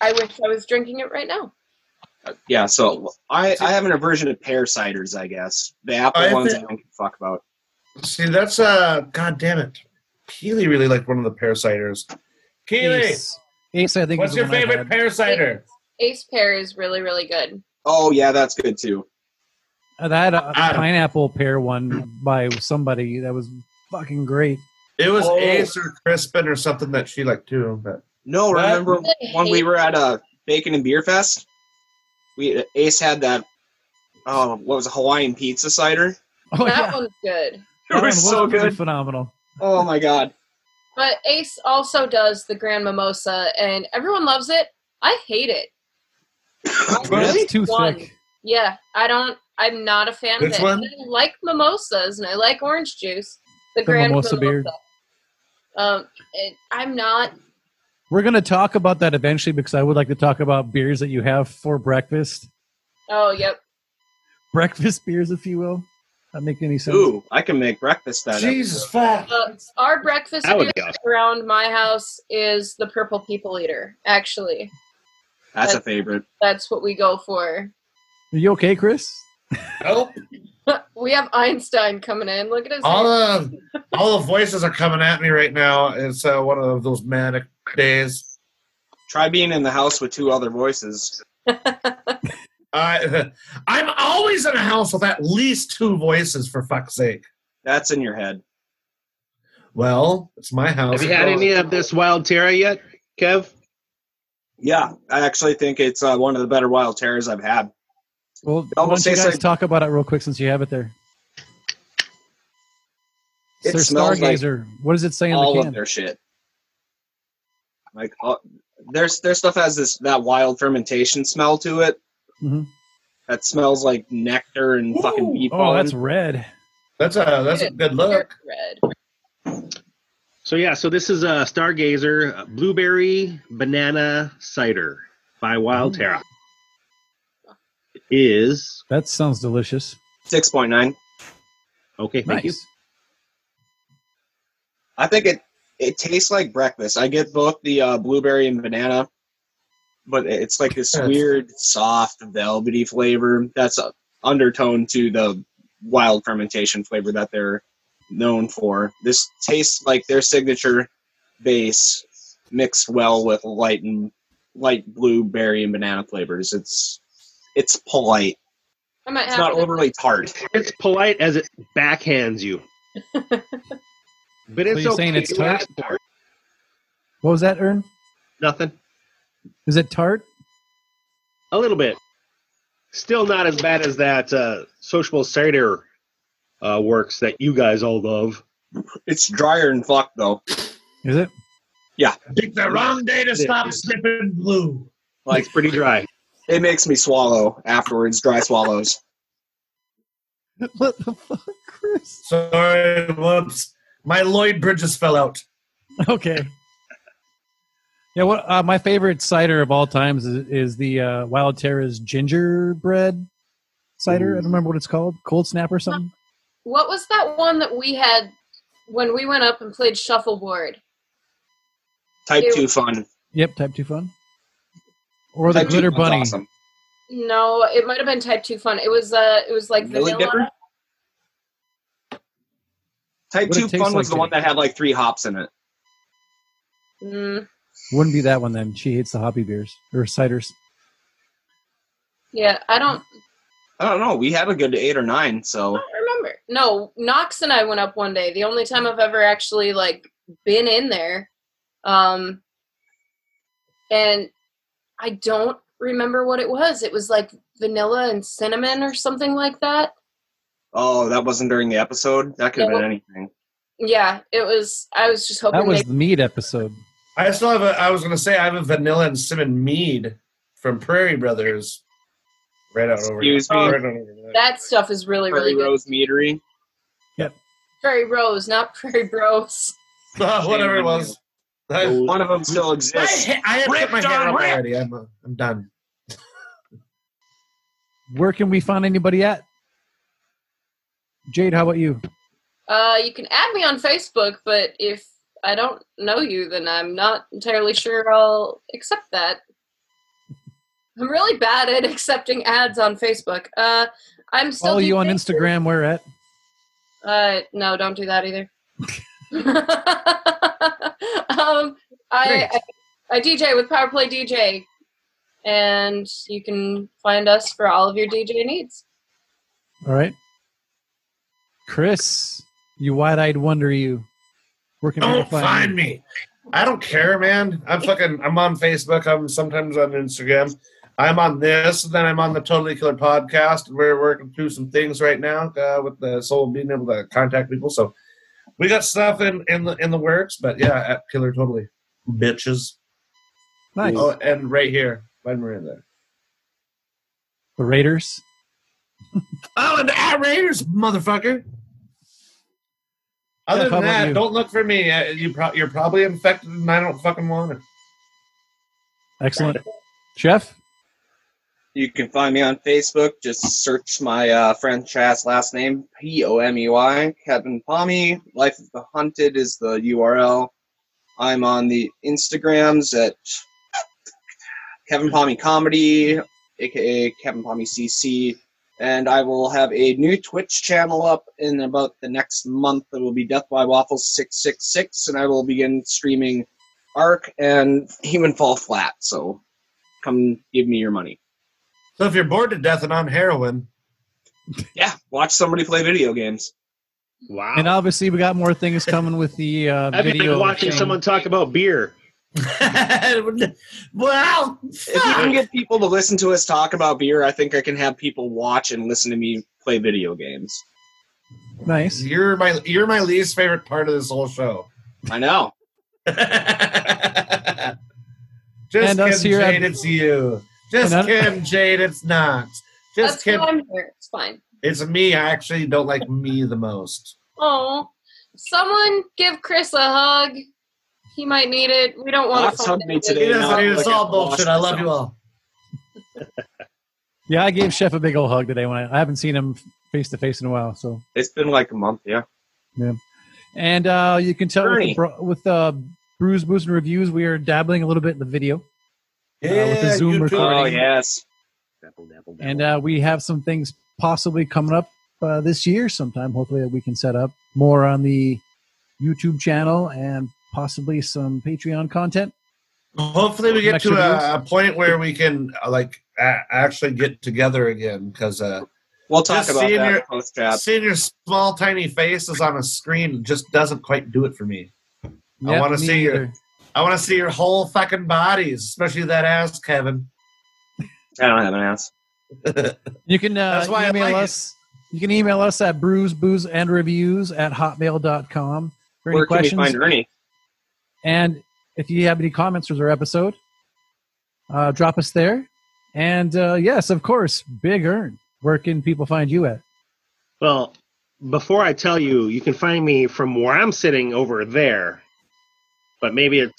Speaker 6: I wish I was drinking it right now.
Speaker 4: Yeah, so I, I have an aversion to pear ciders, I guess. The apple
Speaker 3: I
Speaker 4: ones
Speaker 3: think-
Speaker 4: I don't give a fuck about.
Speaker 3: See, that's uh god damn it. Keely really liked one of the pear ciders. Keely,
Speaker 1: Ace. Ace, I think.
Speaker 3: what's
Speaker 1: is the
Speaker 3: your
Speaker 1: one I
Speaker 3: favorite
Speaker 1: had.
Speaker 3: pear cider?
Speaker 6: Ace pear is really really good.
Speaker 4: Oh yeah, that's good too.
Speaker 1: Uh, That uh,
Speaker 3: Adam.
Speaker 1: pineapple pear one by somebody that was fucking great.
Speaker 3: It was
Speaker 4: Oh.
Speaker 3: Ace or Crispin or something that she liked too. But
Speaker 4: No,
Speaker 3: What?
Speaker 4: remember
Speaker 6: I
Speaker 4: when we
Speaker 6: hate-
Speaker 4: were at a bacon and beer fest? We Ace had that oh what was it, Hawaiian pizza cider?
Speaker 1: Oh
Speaker 6: that
Speaker 1: yeah,
Speaker 6: one's good.
Speaker 4: It
Speaker 1: That
Speaker 4: was
Speaker 1: one
Speaker 4: so
Speaker 1: pretty
Speaker 4: good.
Speaker 1: phenomenal.
Speaker 4: Oh my god.
Speaker 6: But Ace also does the Grand Mimosa and everyone loves it. I hate it. I
Speaker 4: Really?
Speaker 1: That's too
Speaker 6: One.
Speaker 1: thick.
Speaker 6: Yeah, I don't. I'm not a fan
Speaker 3: Which
Speaker 6: of it.
Speaker 3: one?
Speaker 6: I like mimosas and I like orange juice. The,
Speaker 1: The
Speaker 6: grand
Speaker 1: mimosa
Speaker 6: mimosa,
Speaker 1: beard.
Speaker 6: Um, it, I'm not.
Speaker 1: We're gonna talk about that eventually because I would like to talk about beers that you have for breakfast,
Speaker 6: Oh, yep.
Speaker 1: breakfast beers, if you will. That make any sense?
Speaker 4: Ooh, I can make breakfast that
Speaker 3: Jesus
Speaker 4: episode.
Speaker 3: fuck.
Speaker 6: Uh, our breakfast
Speaker 2: That would
Speaker 6: beer
Speaker 2: be awesome.
Speaker 6: around my house is the Purple People Eater. Actually,
Speaker 4: That's a favorite.
Speaker 6: that's what we go for.
Speaker 1: Are you okay, Chris?
Speaker 3: Nope.
Speaker 6: we have Einstein coming in. Look at his.
Speaker 3: All
Speaker 6: hair.
Speaker 3: the all the voices are coming at me right now. It's uh, one of those manic days.
Speaker 4: Try being in the house with two other voices.
Speaker 3: I I'm always in a house with at least two voices for fuck's sake.
Speaker 4: That's in your head.
Speaker 3: Well, it's my house.
Speaker 2: Have you had any of this wild terra yet, Kev?
Speaker 4: Yeah, I actually think it's uh, one of the better wild terrors I've had.
Speaker 1: Well, why
Speaker 4: almost
Speaker 1: don't you
Speaker 4: tastes
Speaker 1: guys
Speaker 4: like-
Speaker 1: talk about it real quick since you have it there?
Speaker 4: It
Speaker 1: Sir
Speaker 4: smells like
Speaker 1: Stargazer, what does it say on
Speaker 4: all
Speaker 1: the
Speaker 4: of
Speaker 1: can?
Speaker 4: their shit. Like all, there's their stuff has this that wild fermentation smell to it.
Speaker 1: Mhm.
Speaker 4: That smells like nectar and fucking bee
Speaker 1: oh,
Speaker 4: pollen.
Speaker 1: that's red.
Speaker 3: That's a that's a good
Speaker 6: They're
Speaker 3: look.
Speaker 6: Red.
Speaker 2: So yeah, so this is a Stargazer uh, blueberry banana cider by Wild Terra. It is
Speaker 1: That sounds delicious.
Speaker 4: six point nine.
Speaker 2: okay.
Speaker 1: Nice.
Speaker 2: Thank you.
Speaker 4: I think it it tastes like breakfast. I get both the uh, blueberry and banana, but it's like this
Speaker 3: Yes.
Speaker 4: weird, soft, velvety flavor. That's a undertone to the wild fermentation flavor that they're known for. This tastes like their signature base mixed well with light and light blueberry and banana flavors. It's it's polite.
Speaker 6: I might
Speaker 4: It's
Speaker 6: have
Speaker 4: not
Speaker 6: to-
Speaker 4: overly tart.
Speaker 2: It's polite as it backhands you. but it's
Speaker 1: you're
Speaker 2: okay.
Speaker 1: saying it's
Speaker 2: You
Speaker 1: tart?
Speaker 2: asked for it.
Speaker 1: What was that, Ern?
Speaker 2: Nothing.
Speaker 1: Is it tart?
Speaker 2: A little bit. Still not as bad as that uh, sociable cider uh, works that you guys all love.
Speaker 4: It's drier and fuck though.
Speaker 1: Is it?
Speaker 3: Pick the wrong day to stop sniffing blue.
Speaker 2: Like it's pretty dry.
Speaker 4: It makes me swallow afterwards. Dry swallows.
Speaker 1: What the fuck, Chris?
Speaker 3: Sorry, whoops. My Lloyd Bridges fell out.
Speaker 1: Okay. Yeah, what uh, my favorite cider of all times is, is the uh, Wild Terra's gingerbread cider. I don't remember what it's called. Cold Snap or something.
Speaker 6: What was that one that we had when we went up and played shuffleboard?
Speaker 4: Type
Speaker 6: Ew.
Speaker 4: two fun.
Speaker 1: Yep, Type Two Fun. Or the
Speaker 4: Type two
Speaker 1: Glitter
Speaker 4: fun's
Speaker 1: Bunny.
Speaker 4: Awesome.
Speaker 6: No, it might have been Type Two Fun. It was uh, it was like
Speaker 4: Lily
Speaker 6: vanilla.
Speaker 4: Dipper.
Speaker 1: What
Speaker 4: Type
Speaker 1: it
Speaker 4: two
Speaker 1: tastes
Speaker 4: fun was
Speaker 1: like
Speaker 4: the one
Speaker 1: today.
Speaker 4: that had like three hops in it.
Speaker 6: Mm,
Speaker 1: Wouldn't be that one then. She hates the hoppy beers or ciders.
Speaker 6: yeah, I don't,
Speaker 4: I don't know. We had a good eight or nine,
Speaker 6: I
Speaker 4: so
Speaker 6: don't remember. No, Knox and I went up one day. The only time I've ever actually like been in there, um, and I don't remember what it was. It was like vanilla and cinnamon or something like that.
Speaker 4: oh, that wasn't during the episode. That could have
Speaker 6: No.
Speaker 4: been anything.
Speaker 6: Yeah, it was. I was just hoping
Speaker 1: That was
Speaker 6: they
Speaker 1: the meat episode.
Speaker 3: I still have a. I was gonna say I have a vanilla and cinnamon mead from Prairie Brothers, right out over.
Speaker 4: Excuse me?
Speaker 3: Right out over there.
Speaker 6: That stuff is really, really
Speaker 4: Prairie
Speaker 6: good.
Speaker 4: Rose Meadery.
Speaker 6: Prairie Rose, not Prairie Bros.
Speaker 3: Oh, whatever it was. I,
Speaker 4: One of them still
Speaker 3: I,
Speaker 4: exists.
Speaker 3: I had put my
Speaker 4: Oh,
Speaker 3: hand
Speaker 4: Ripped on
Speaker 3: up
Speaker 4: ripped.
Speaker 3: already. I'm, uh, I'm done.
Speaker 1: Where can we find anybody at? Jade, how about you?
Speaker 6: Uh, you can add me on Facebook, but if I don't know you, then I'm not entirely sure I'll accept that. I'm really bad at accepting ads on Facebook. Uh, I'm still
Speaker 1: Follow
Speaker 6: do
Speaker 1: you on
Speaker 6: things-
Speaker 1: Instagram. Where at?
Speaker 6: Uh, no, don't do that either. um, I, I I DJ with PowerPlay DJ, and you can find us for all of your DJ needs.
Speaker 1: All right. Chris, you wide-eyed wonder, you. Where can people
Speaker 3: Don't find
Speaker 1: you?
Speaker 3: me. I don't care, man. I'm fucking. I'm on Facebook. I'm sometimes on Instagram. I'm on this, and then I'm on the Totally Killer podcast. We're working through some things right now uh, with the soul of being able to contact people. So we got stuff in in the in the works. But yeah, at Killer Totally, bitches.
Speaker 1: Nice.
Speaker 3: Oh, and right here, when we're in there.
Speaker 1: The Raiders.
Speaker 3: Oh, and at Raiders, motherfucker.
Speaker 1: Yeah, how
Speaker 3: Other than
Speaker 1: about
Speaker 3: that,
Speaker 1: you?
Speaker 3: don't look for me. Uh, You pro- you're probably infected, and I don't fucking want it.
Speaker 1: Excellent. Jeff.
Speaker 4: You can find me on Facebook. Just search my uh, French ass last name, P O M E Y, Kevin Palmy. Life of the Hunted is the URL. I'm on the Instagrams at Kevin Palmy Comedy, aka Kevin Palmy CC. And I will have a new Twitch channel up in about the next month. It will be Death by Waffles 666, and I will begin streaming Arc and Human Fall Flat. So come give me your money.
Speaker 3: So if you're bored to death and on heroin,
Speaker 4: Yeah, watch somebody play video games.
Speaker 2: Wow.
Speaker 1: And obviously, we got more things coming with the uh,
Speaker 2: I've been
Speaker 1: video.
Speaker 2: watching
Speaker 1: thing.
Speaker 2: someone talk about beer.
Speaker 3: well,
Speaker 4: If you can get people to listen to us talk about beer, I think I can have people watch and listen to me play video games.
Speaker 1: Nice.
Speaker 3: you're my you're my least favorite part of this whole show.
Speaker 4: I know.
Speaker 3: Just
Speaker 1: And us
Speaker 3: kidding,
Speaker 1: here at-
Speaker 3: Jade. It's you. Just
Speaker 1: And us-
Speaker 3: kidding, Jade. It's not. Just
Speaker 6: That's why
Speaker 3: kidding.
Speaker 6: I'm here. It's fine.
Speaker 3: It's me. I actually don't like me the most.
Speaker 6: Oh, someone give Chris a hug. He might need it. We don't want
Speaker 4: Lots
Speaker 6: to find
Speaker 4: hugged me
Speaker 6: out.
Speaker 4: today.
Speaker 3: It is,
Speaker 4: not
Speaker 3: it is
Speaker 4: like
Speaker 3: all
Speaker 4: I
Speaker 3: bullshit.
Speaker 4: lost
Speaker 3: I love
Speaker 4: myself.
Speaker 3: you all.
Speaker 1: Yeah, I gave Chef a big old hug today when I, I haven't seen him face to face in a while. So,
Speaker 4: It's been like a month, yeah.
Speaker 1: and uh, you can tell with, the,
Speaker 4: Ernie.
Speaker 1: bro- with uh, Brews, Booze, and Reviews, we are dabbling a little bit in the video, Yeah, Uh, with the Zoom
Speaker 3: you too.
Speaker 1: recording.
Speaker 4: Oh yes.
Speaker 2: Dabble, dabble, dabble.
Speaker 1: and uh, we have some things possibly coming up uh, this year sometime. Hopefully, that we can set up more on the YouTube channel and possibly some Patreon content.
Speaker 3: Hopefully, we get
Speaker 1: Next
Speaker 3: to
Speaker 1: reviews.
Speaker 3: a, a point where we can uh, like a- actually get together again because uh,
Speaker 4: We'll talk
Speaker 3: Just
Speaker 4: about
Speaker 3: seeing
Speaker 4: that
Speaker 3: your-
Speaker 4: post chat.
Speaker 3: seeing your small, tiny faces on a screen just doesn't quite do it for me. I
Speaker 1: Yep,
Speaker 3: wanna
Speaker 1: me
Speaker 3: see your-
Speaker 1: either.
Speaker 3: I want to see your whole fucking bodies, especially that ass, Kevin.
Speaker 4: I don't have an ass.
Speaker 1: You can uh,
Speaker 3: That's why I
Speaker 1: email
Speaker 3: like it.
Speaker 1: us. You can email us at brews, booze, and reviews at hotmail.com for any
Speaker 4: Where can we
Speaker 1: questions.
Speaker 4: find Ernie?
Speaker 1: And if you have any comments for our episode, uh, drop us there. And uh, yes, of course, Big Earn. Where can people find you at?
Speaker 2: Well, before I tell you, you can find me from where I'm sitting over there, but maybe it's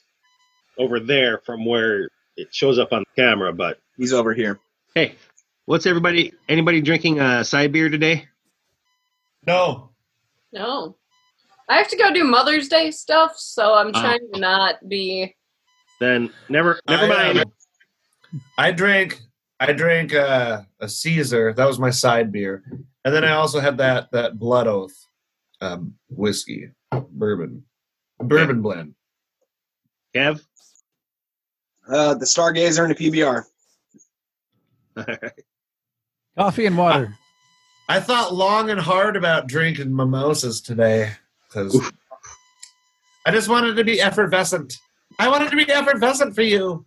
Speaker 2: over there from where it shows up on the camera. But
Speaker 4: He's over here.
Speaker 2: hey, what's everybody? Anybody drinking uh, side beer today?
Speaker 3: No.
Speaker 6: No. I have to go do Mother's Day stuff, so I'm
Speaker 4: Uh-huh.
Speaker 2: Oh.
Speaker 6: trying to not be.
Speaker 2: Then never, never
Speaker 3: I,
Speaker 2: mind.
Speaker 3: um, I drank I drank uh, a Caesar. That was my side beer, and then I also had that that Blood Oath um, whiskey bourbon bourbon blend.
Speaker 2: Kev.
Speaker 4: Uh, the Stargazer and the PBR.
Speaker 1: Coffee and water.
Speaker 3: I thought long and hard about drinking mimosas today because
Speaker 2: Oof.
Speaker 3: I just wanted to be effervescent. I wanted to be effervescent for you.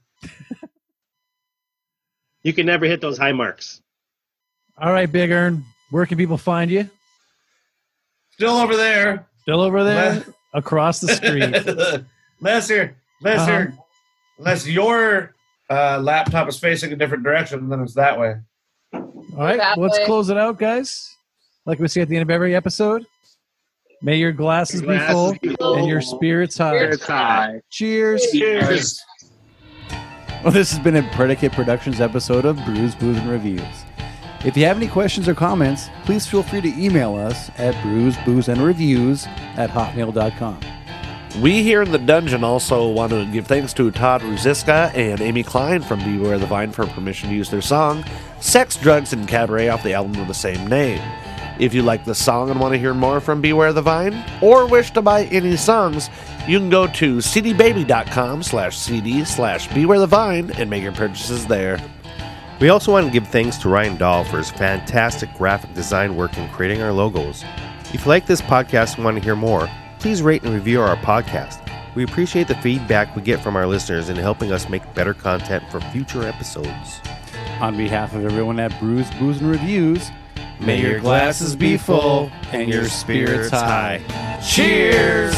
Speaker 2: you can never hit those high marks.
Speaker 3: Ah.
Speaker 1: All right, Big Earn. Where can people find you?
Speaker 3: Still over there.
Speaker 1: Still over there, across the street.
Speaker 3: Last year,
Speaker 8: Unless
Speaker 2: Uh-huh.
Speaker 8: your unless your uh, laptop is facing a different direction, then it's that way.
Speaker 2: All right,
Speaker 6: That
Speaker 2: well, let's
Speaker 6: way.
Speaker 2: close it out, guys. Like we say at the end of every episode, may your glasses, be full
Speaker 4: Glasses be full
Speaker 2: and your spirits high.
Speaker 6: Cheers.
Speaker 4: Spirits high.
Speaker 2: Cheers.
Speaker 4: Cheers.
Speaker 1: Well, this has been a Predicate Productions episode of Brews, Booze, and Reviews. If you have any questions or comments, please feel free to email us at brews, booze, and reviews at hotmail.com.
Speaker 3: We here in the dungeon also want to give thanks to Todd Ruziska and Amy Klein from Beware the Vine for permission to use their song, Sex, Drugs, and Cabaret off the album of the same name. If you like the song and want to hear more from Beware the Vine, or wish to buy any songs, you can go to cdbaby.com slash cd slash beware the vine and make your purchases there.
Speaker 9: We also want to give thanks to Ryan Dahl for his fantastic graphic design work in creating our logos. If you like this podcast and want to hear more, please rate and review our podcast. We appreciate the feedback we get from our listeners in helping us make better content for future episodes.
Speaker 1: On behalf of everyone at Brews, Booze, and Reviews, may your glasses be full and your spirits high. Cheers!